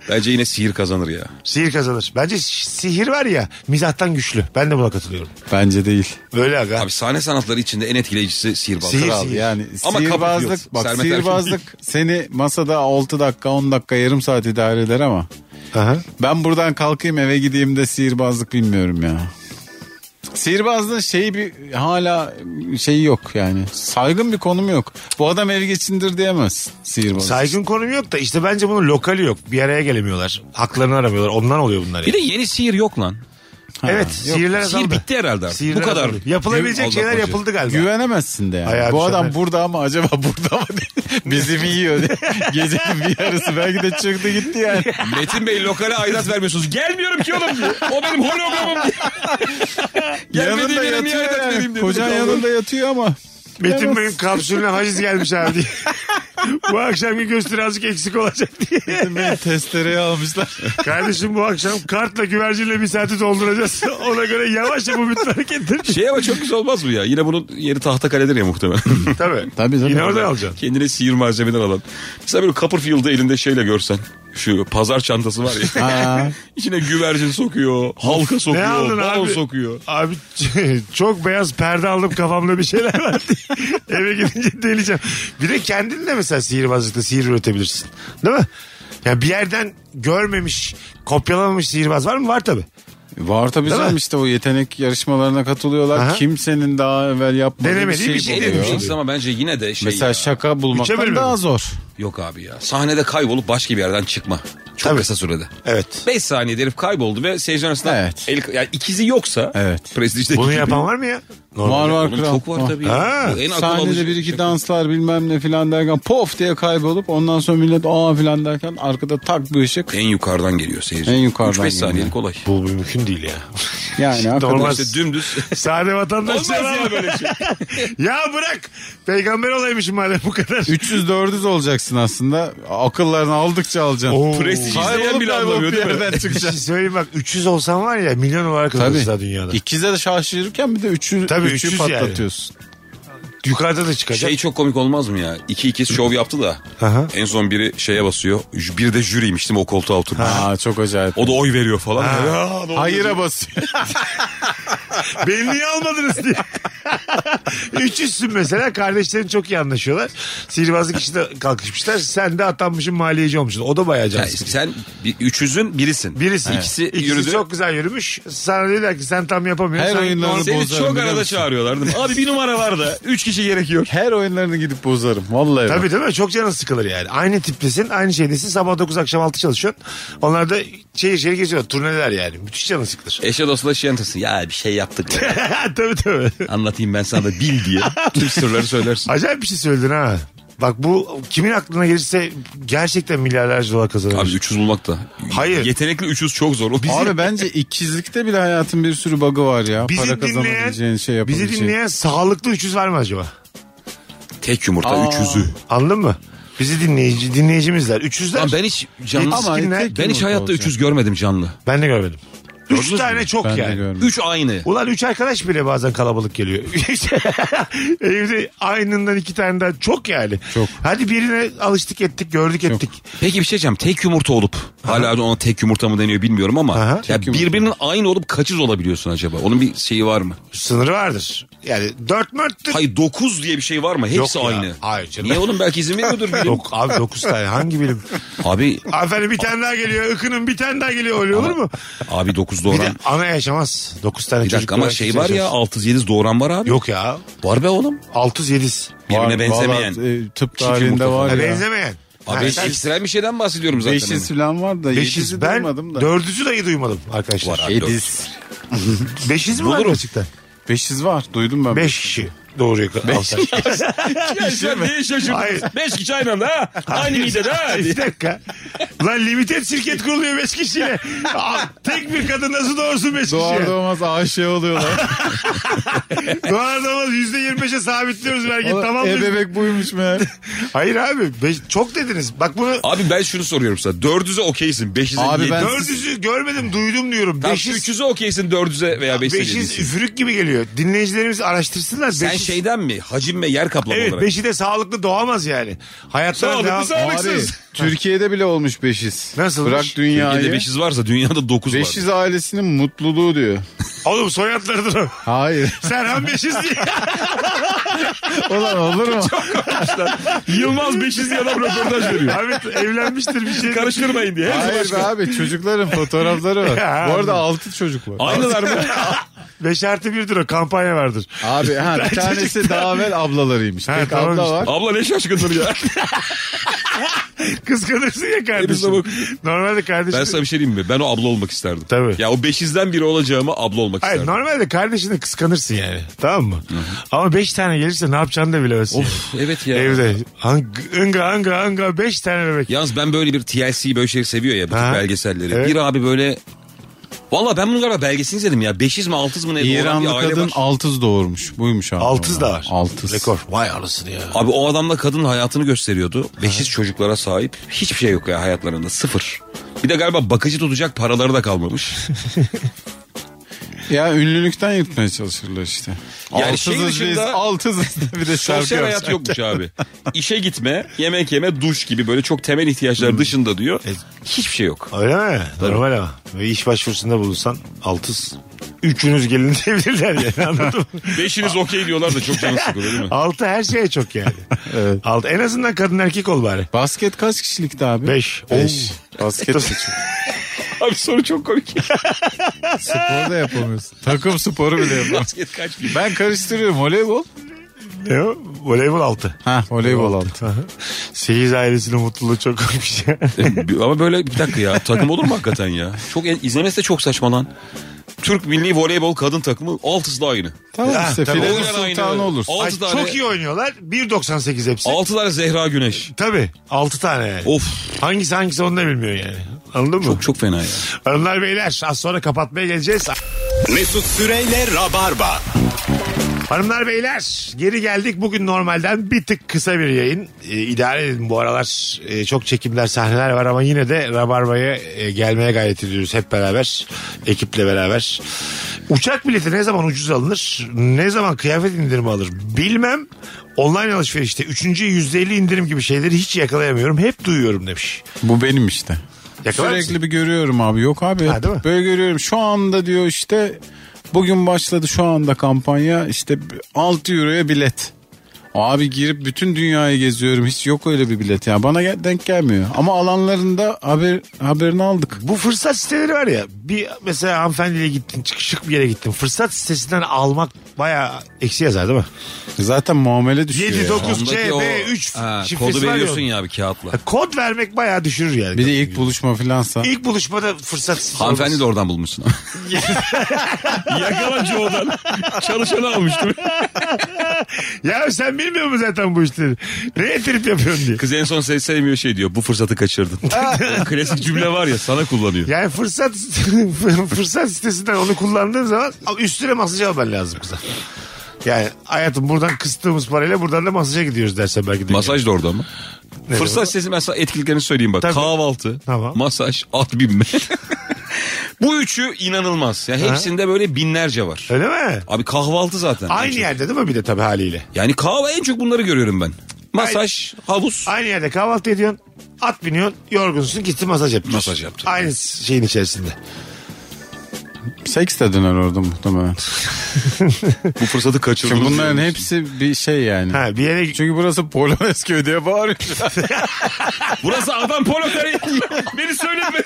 E: Bence yine sihir kazanır ya.
C: Sihir kazanır. Bence ş- sihir var ya mizahtan güçlü. Ben de buna katılıyorum.
D: Bence değil.
C: Öyle aga.
E: Abi sahne sanatları içinde en etkileyicisi sihirbaz.
C: Sihir,
D: Kral
C: sihir.
D: yani
E: Ama kapatıyorsun.
D: sihirbazlık bak
E: Sermet Erkin.
D: sihirbazlık seni masada 6 dakika 10 dakika yarım saat idare eder ama
C: Aha.
D: ben buradan kalkayım eve gideyim de sihirbazlık bilmiyorum ya. Sihirbazlığın şeyi bir hala şeyi yok yani. Saygın bir konum yok. Bu adam ev geçindir diyemez sihirbaz.
C: Saygın konum yok da işte bence bunun lokali yok. Bir araya gelemiyorlar. Haklarını aramıyorlar. Ondan oluyor bunlar.
E: Bir
C: Yani.
E: de yeni sihir yok lan.
C: evet sihirler azaldı.
E: Sihir bitti herhalde. artık.
C: Sihirler
E: Bu kadar.
C: azaldı. Yapılabilecek
E: Allah
C: şeyler
E: korusun.
C: yapıldı galiba.
D: Güvenemezsin de yani.
C: Ayağı
D: Bu
C: düşenler.
D: adam burada ama acaba burada mı? Bizi mi yiyor? diye. Gecenin bir yarısı belki de çıktı gitti yani.
E: Metin Bey lokale aidat vermiyorsunuz. Gelmiyorum ki oğlum diyor. O benim hologramım diyor. Gelmediği
D: yanında
E: yere niye
D: yatıyor
E: aidat vereyim
D: yani.
E: diyor.
D: Kocan yanında yatıyor ama.
C: Metin
D: Bilemez.
C: Bey'in kapsülüne haciz gelmiş abi diye. bu akşamki gösteri azıcık eksik olacak diye.
D: Beni testereye almışlar.
C: Kardeşim bu akşam kartla güvercinle bir saati dolduracağız. Ona göre yavaş yapın bütün hareketleri.
E: Şey ama çok güzel olmaz mı ya? Yine bunun yeri tahta kaledir ya muhtemelen.
C: Tabii.
D: Tabii, tabii.
C: Yine oradan alacaksın.
E: Kendine sihir malzemeler alan. Mesela böyle Copperfield'ı elinde şeyle görsen. Şu pazar çantası var ya. İçine güvercin sokuyor. Halka
C: Ne aldın
E: sokuyor. Bal
C: abi?
E: sokuyor.
C: Abi çok beyaz perde aldım kafamda bir şeyler var diye. Eve gidince deleceğim. Bir de kendin de mesela sihirbazlıkta sihir üretebilirsin. Değil mi? Ya bir yerden görmemiş, kopyalamamış sihirbaz var mı? Var tabii.
D: Var tabii
C: Değil
D: canım
C: mi?
D: işte o yetenek yarışmalarına katılıyorlar.
C: Aha.
D: Kimsenin daha evvel yapmadığı
C: Denemediği
D: bir şey,
C: bir şey
D: buluyor.
C: denemiş
E: Olsun ama bence yine de şey
D: Mesela
E: ya.
D: şaka
C: Üçe
D: bulmaktan
C: bölümü
D: daha
C: mü?
D: zor.
E: Yok abi ya. Sahnede kaybolup başka bir yerden çıkma. Çok
C: Tabii.
E: kısa sürede.
C: Evet.
E: 5 saniyede herif kayboldu ve seyirci arasında
D: Evet.
E: el, yani ikizi yoksa
D: Evet.
E: prestijdeki
C: Bunu
E: gibi-
C: yapan var mı ya?
D: Var var
E: Oğlum
D: kral.
E: çok var tabii. ya.
C: Ha.
E: Bu en akıl alıcı
D: Sahnede bir iki
E: şaka.
D: danslar bilmem ne filan derken pof diye kaybolup ondan sonra millet aa filan derken arkada tak bir ışık.
E: En yukarıdan geliyor seyirci.
D: En yukarıdan
E: 3-5
D: geliyor.
E: saniyelik olay.
C: Bu mümkün değil ya.
D: Yani hakikaten.
C: Normal.
E: İşte dümdüz.
C: Sade vatandaş.
E: Olmaz ya böyle şey.
C: ya bırak. Peygamber olaymışım madem bu kadar.
D: 300 400 olacaksın aslında. Akıllarını aldıkça alacaksın.
C: Oo.
E: Prestij izleyen
D: Kaybolup
E: bile
D: kaybolup
E: anlamıyor
D: bir
E: değil mi?
D: yerden
C: Bir şey söyleyeyim bak 300 olsan var ya milyon olarak
D: Tabii.
C: alırsın daha dünyada.
D: İkize de şaşırırken bir de üçü,
C: Tabii,
D: üçü
C: 300 yani.
D: patlatıyorsun.
C: Yukarıda da çıkacak.
E: Şey çok komik olmaz mı ya? İki ikiz şov yaptı da.
C: Aha.
E: en son biri şeye basıyor. J- Bir de jüriymiş değil mi? O koltuğa oturmuş.
D: Aa çok acayip.
E: O da oy veriyor falan. Ya,
D: Hayıra basıyor.
C: Beni niye almadınız diye. Üçüzsün mesela. Kardeşlerin çok iyi anlaşıyorlar. Sihirbazlık işine kalkışmışlar. Sen de atanmışsın maliyeci olmuşsun. O da bayağı can
E: Ya
C: sıkıcı.
E: sen bir, üçüzün birisin.
C: Birisi.
E: İkisi
C: İkisi
E: yürüdü.
C: çok güzel yürümüş. Sana dediler ki sen tam yapamıyorsun.
D: Her
C: Sen
D: oyunları
C: normal-
E: Seni
D: Bozarım,
E: çok
D: biliyor
E: arada
D: musun?
E: çağırıyorlar değil mi? Abi bir numara var da. Üç kişi gerekiyor.
D: Her oyunlarını gidip bozarım. Vallahi. bak.
C: Tabii değil mi? Çok canın sıkılır yani. Aynı tiplisin, aynı şeydesin. Sabah 9 akşam 6 çalışıyorsun. Onlar da şehir şehir geziyorlar. Turneler yani. Müthiş canın sıkılır.
E: Eşe dostla şey anlatırsın. Ya bir şey yaptık. ya.
D: E,
C: tabii tabii.
E: Anlatayım ben sana da bil diye. Tüm sırları söylersin.
C: Acayip bir şey söyledin ha. Bak bu kimin aklına gelirse gerçekten milyarlarca dolar kazanır.
E: Abi 300 bulmak da.
C: Hayır.
E: Yetenekli 300 çok zor. O bizim
D: Abi bence ikizlikte bile hayatın bir sürü bug'ı var ya. Para
C: bizi
D: kazanabileceğin
C: dinleyen,
D: şey
C: bizi
D: yapabileceğin.
C: dinleyen sağlıklı 300 var mı acaba?
E: tek yumurta 300'ü.
C: Anladın mı? Bizi dinleyici dinleyicimizler. 300'ler.
E: Lan
C: ben,
E: ben hiç canlı
C: Ama tek
E: ben hiç
D: yumurta
E: hayatta
D: olacak.
E: 300 görmedim canlı.
C: de görmedim. 3 tane çok
D: Ben de
C: yani.
D: görmedim.
E: 3 aynı.
C: Ulan 3 arkadaş bile bazen kalabalık geliyor. Evde aynından 2 tane daha çok yani.
D: Çok.
C: Hadi birine alıştık ettik gördük ettik.
E: Peki bir şey diyeceğim. Tek yumurta olup hala da ona tek yumurta mı deniyor bilmiyorum ama
C: Aha.
E: ya birbirinin aynı olup kaçız olabiliyorsun acaba? Onun bir şeyi var mı?
C: Sınırı vardır. Yani 4 mörttür.
E: Hayır 9 diye bir şey var mı? Hepsi
C: Yok ya.
E: aynı.
C: Hayır canım.
E: Niye oğlum belki izin veriyordur bilim.
C: Yok abi 9 tane hangi bilim?
E: Abi
C: Hanımefendi bir tane daha geliyor. Ikının bir tane daha geliyor. Öyle olur mu?
E: abi 9
C: Bir de
E: doğuran.
C: ana yaşamaz. 9 tane
E: Bir
C: çocuk.
E: dakika ama
C: olarak
E: şey
C: kimse
E: var ya
C: yaşamaz.
E: 6 7 doğuran var abi.
C: Yok ya.
E: Var be oğlum.
C: 6 7.
E: Birbirine benzemeyen.
D: Valla, e, tıp
E: Çift
D: tarihinde
E: yumurta
D: var
C: Ha,
D: ya.
C: benzemeyen.
E: Abi
C: Ha,
E: hiç
C: sen-
E: ekstrem bir şeyden bahsediyorum zaten.
D: Beşiz falan var da.
C: Beşiz.
D: Beşiz
C: Ben
D: duymadım da.
C: dördüncü dayı duymadım arkadaşlar.
E: Hani Var abi.
D: Ediz.
C: Beşiz mi var
E: Bulurum.
C: gerçekten?
D: Beşiz var. Duydum ben.
C: Beş kişi. Doğru yakın. Beş
E: Sen niye
C: Hayır.
E: 5 kişi aynı anda ha. Aynı midede ha.
C: Bir dakika. Lan limited şirket kuruluyor beş kişiyle. Aa, Tek bir kadın nasıl doğursun beş
D: Doğar
C: kişiye?
D: doğmaz aşığı oluyorlar.
C: Doğar doğmaz yüzde yirmi beşe sabitliyoruz vergi.
D: Oğlum,
C: Tamam diyorsun.
D: Ebebek buymuş meğer.
C: Hayır abi. Beş, çok dediniz. Bak bunu
E: Abi ben şunu soruyorum sana. 400'e okeysin. 500'e
D: Abi ben-
C: dördüzü görmedim duydum diyorum.
E: Tam
C: Beşiz,
E: 300'e okeysin 400'e veya 500'e
C: beşiz
E: değilsin.
C: üfürük gibi geliyor. Dinleyicilerimiz araştırsınlar.
E: Sen
C: Beşiz-
E: şeyden mi? Hacim ve yer kaplama
C: Evet
E: olarak.
C: beşi de sağlıklı doğamaz yani. Hayatta
E: Sağlıklı
C: devam...
E: sağlıklı.
D: Abi
E: Sağlıksız.
D: Türkiye'de bile olmuş beşiz.
C: Nasılmış?
D: Bırak
E: Ülkede
D: dünyayı.
E: 500 varsa dünyada 9 var.
D: Beşiz ailesinin mutluluğu diyor.
C: Oğlum soyadlarıdır o.
D: Hayır.
C: Serhan Beşiz diye.
D: Ulan olur mu?
E: Yılmaz 500 diye adam röportaj veriyor.
C: Abi evlenmiştir bir şey.
E: Karıştırmayın diye. Hepsi
D: Hayır be
E: başka.
D: abi çocukların fotoğrafları var.
C: Ya
D: Bu
C: abi.
D: arada 6 çocuk var.
E: Aynılar mı?
C: Beş artı birdir o kampanya vardır.
D: Abi ha, bir tanesi daha evvel ablalarıymış.
C: Ha,
D: Tek
C: tamam
D: abla
C: işte.
D: var.
E: Abla ne şaşkındır ya.
C: Kıskanırsın ya kardeşim.
E: Elinize bak.
C: Normalde kardeşin...
E: ben sana bir şey diyeyim mi? Ben o abla olmak isterdim.
C: Tabii.
E: Ya o 500'den biri olacağıma abla olmak
C: Hayır
E: isterdim.
C: normalde kardeşini kıskanırsın yani. Tamam mı? Ama beş tane gelirse ne yapacağını da bilemezsin.
E: Of evet ya.
C: yani. Evde. Hang, ınga ınga ınga beş tane bebek.
E: Yalnız ben böyle bir TLC böyle şeyleri seviyor ya. Bu tip
C: Ha.
E: belgeselleri.
C: Evet.
E: Bir abi böyle... Valla ben bunun galiba belgesini izledim ya. 500 mi 600 mı ne?
D: İranlı kadın altız doğurmuş. Buymuş abi.
C: Altız da var.
D: Altız.
C: Rekor. Vay anasını ya.
E: Abi o adamla kadının hayatını gösteriyordu. Beşiz çocuklara sahip. Hiçbir şey yok ya hayatlarında. Sıfır. Bir de galiba bakıcı tutacak paraları da kalmamış.
D: Ya ünlülükten yırtmaya çalışırlar işte.
E: Yani
D: altızız
E: şey
D: biz,
E: dışında-
D: altızız da bir de şarkı
E: Sosyal hayat
D: yok.
E: yokmuş abi. İşe gitme, yemek yeme, duş gibi böyle çok temel ihtiyaçlar dışında diyor.
C: Evet.
E: Hiçbir şey yok.
C: Öyle mi? Normal ama. Ve iş başvurusunda bulunsan altız. Üçünüz gelin diyebilirler yani anladın mı?
E: Beşiniz okey diyorlar da çok canı sıkılıyor değil mi?
C: Altı her şeye çok yani.
D: Evet.
C: Altı, en azından kadın erkek ol bari.
D: Basket kaç kişilikti abi?
C: Beş.
D: Beş. Basket de
C: Dur.
D: çok.
E: Abi soru çok komik.
D: Spor da yapamıyorsun. Takım sporu bile yapamıyorsun.
E: Basket kaç bin?
D: Ben karıştırıyorum voleybol.
C: Ne o? Voleybol altı.
D: Ha voleybol altı.
C: Seyiz ailesinin mutluluğu çok komik ya.
E: Ama böyle E, bir dakika ya takım olur mu hakikaten ya? Çok izlemesi de çok saçma lan. Türk milli voleybol kadın takımı altısı da aynı.
D: Tamam
C: Ya,
D: işte
C: tabii.
D: filenin
E: Oynayan aynı.
D: sultanı olursun.
E: Altı
C: Ay,
E: tane-
C: çok iyi oynuyorlar. 1.98 hepsi.
E: Altı tane Zehra Güneş.
C: Tabii. Altı tane yani.
E: Of
C: Hangisi hangisi onu da bilmiyor yani. Anladın mı?
E: çok çok fena ya.
C: Hanımlar beyler az sonra kapatmaya geleceğiz.
B: Mesut Süreyle Rabarba.
C: Hanımlar beyler geri geldik. Bugün normalden bir tık kısa bir yayın. Ee, idare edin bu aralar e, çok çekimler sahneler var ama yine de Rabarba'ya e, gelmeye gayret ediyoruz hep beraber. Ekiple beraber. Uçak bileti ne zaman ucuz alınır? Ne zaman kıyafet indirimi alır? Bilmem. Online alışverişte 3. %50 indirim gibi şeyleri hiç yakalayamıyorum. Hep duyuyorum demiş.
D: Bu benim işte.
C: Yakalar mısın?
D: Sürekli bir görüyorum abi. Yok abi.
C: Ha, değil mi?
D: Böyle görüyorum. Şu anda diyor işte bugün başladı şu anda kampanya işte 6 euroya bilet. Abi girip bütün dünyayı geziyorum. Hiç yok öyle bir bilet. Ya bana gel- denk gelmiyor. Ama alanlarında haber haberini aldık.
C: Bu fırsat siteleri var ya. Bir mesela hanımefendiyle gittin, çıkışık bir yere gittin. Fırsat sitesinden almak bayağı eksi yazar değil mi?
D: Zaten muamele düşüyor.
C: 7
D: ya.
C: 9
E: Ondaki o-
C: CB 3
E: Ha,
C: şifresi
E: kodu
C: var
E: veriyorsun
C: ya.
E: ya abi kağıtla.
C: Kod vermek bayağı düşürür yani.
D: Bir de ilk buluşma filansa.
C: İlk buluşmada fırsat sitesi
E: Hanımefendi de
C: olması.
E: oradan bulmuşsun. Yakalan oradan. Çalışanı almıştım.
C: Ya sen bilmiyor musun zaten bu işleri? Neye trip yapıyorsun diye.
E: Kız en son seni sevmiyor şey diyor. Bu fırsatı kaçırdın. Klasik cümle var ya sana kullanıyor.
C: Yani fırsat fırsat sitesinden onu kullandığın zaman üstüne masaj alman lazım kıza. Yani hayatım buradan kıstığımız parayla buradan da masaja gidiyoruz dersen belki de.
E: Masaj da orada ama.
C: bu?
E: Fırsat sesi ben sana etkinliklerini söyleyeyim bak.
C: Tabii.
E: Kahvaltı,
C: Tamam.
E: masaj, at binme. Bu üçü inanılmaz. Yani hepsinde böyle binlerce var.
C: Öyle mi?
E: Abi kahvaltı zaten. En
C: Aynı
E: çok.
C: yerde değil mi bir de tabii haliyle?
E: Yani kahve en çok bunları görüyorum ben. Masaj, havuz.
C: Aynı yerde kahvaltı ediyorsun. At biniyorsun. Yorgunsun. Gitti masaj yaptın.
E: Masaj yaptın.
C: Aynı şeyin içerisinde.
D: Seks de döner orada muhtemelen.
E: Bu fırsatı kaçırdın.
D: Çünkü bunların hepsi bir şey yani.
C: Ha, bir yere
D: Çünkü burası Polonez köy diye bağırıyor.
E: Burası adam polo karı. Beni söyleme.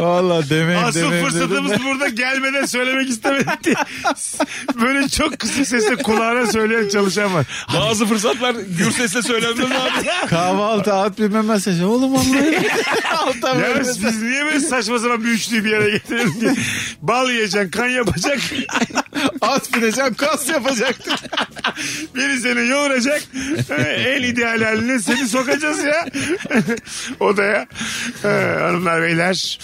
D: Valla demeyin
C: Asıl
D: demeyin
C: fırsatımız
D: dedim de.
C: burada gelmeden söylemek istemedik diye. Böyle çok kısık sesle kulağına söyleyen çalışan var.
E: Bazı fırsatlar gür sesle söylenmez abi.
D: Kahvaltı at bilmem mesajı. Oğlum vallahi. Altta
C: Ya
D: böyle mesaj.
C: biz niye böyle saçma sapan bir üçlüyü bir yere getirelim diye. Bal yiyeceksin, kan yapacak.
D: At bineceğim kas yapacaktım.
C: Biri seni yoğuracak. En ideal haline seni sokacağız ya. Odaya. Ee, Hanımlar beyler.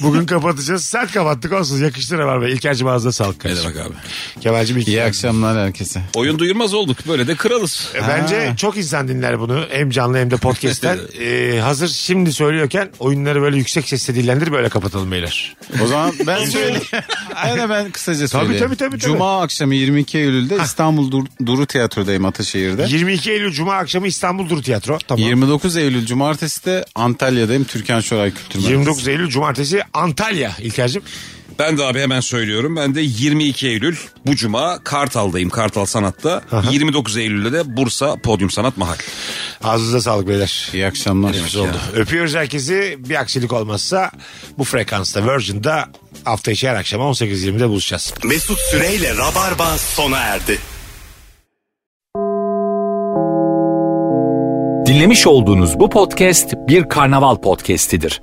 C: Bugün kapatacağız. Sert kapattık olsun. Yakıştı var be. İlker'cim ağzına sağlık.
E: Ne
C: kardeşim.
E: demek abi.
C: Kemal'cim iyi
D: İyi
C: ki-
D: akşamlar herkese.
E: Oyun duyurmaz olduk. Böyle de kralız.
C: E, Bence
D: Ha.
C: çok insan dinler bunu. Hem canlı hem de podcast'ten. E, hazır şimdi söylüyorken oyunları böyle yüksek sesle dillendir böyle kapatalım beyler.
D: O zaman ben söyleyeyim. Yine ben kısaca
C: Tabii,
D: söyleyeyim.
C: tabii, tabii, tabii.
D: Cuma akşamı 22 Eylül'de İstanbul Dur- Duru Tiyatro'dayım Ataşehir'de.
C: 22 Eylül Cuma akşamı İstanbul Duru Tiyatro. Tamam.
D: 29 Eylül Cumartesi de Antalya'dayım Türkan Şoray Kültür Merkezi.
C: 29 Eylül Cumartesi Antalya İlker'cim.
E: Ben de abi hemen söylüyorum. Ben de 22 Eylül bu cuma Kartal'dayım. Kartal Sanat'ta. 29 Eylül'de de Bursa Podyum Sanat Mahal.
C: Ağzınıza sağlık beyler.
D: İyi akşamlar.
C: Oldu. Öpüyoruz herkesi. Bir aksilik olmazsa bu frekansta Virgin'da hafta içi her akşam 18.20'de buluşacağız.
B: Mesut Süreyle Rabarba sona erdi.
A: Dinlemiş olduğunuz bu podcast bir karnaval podcastidir.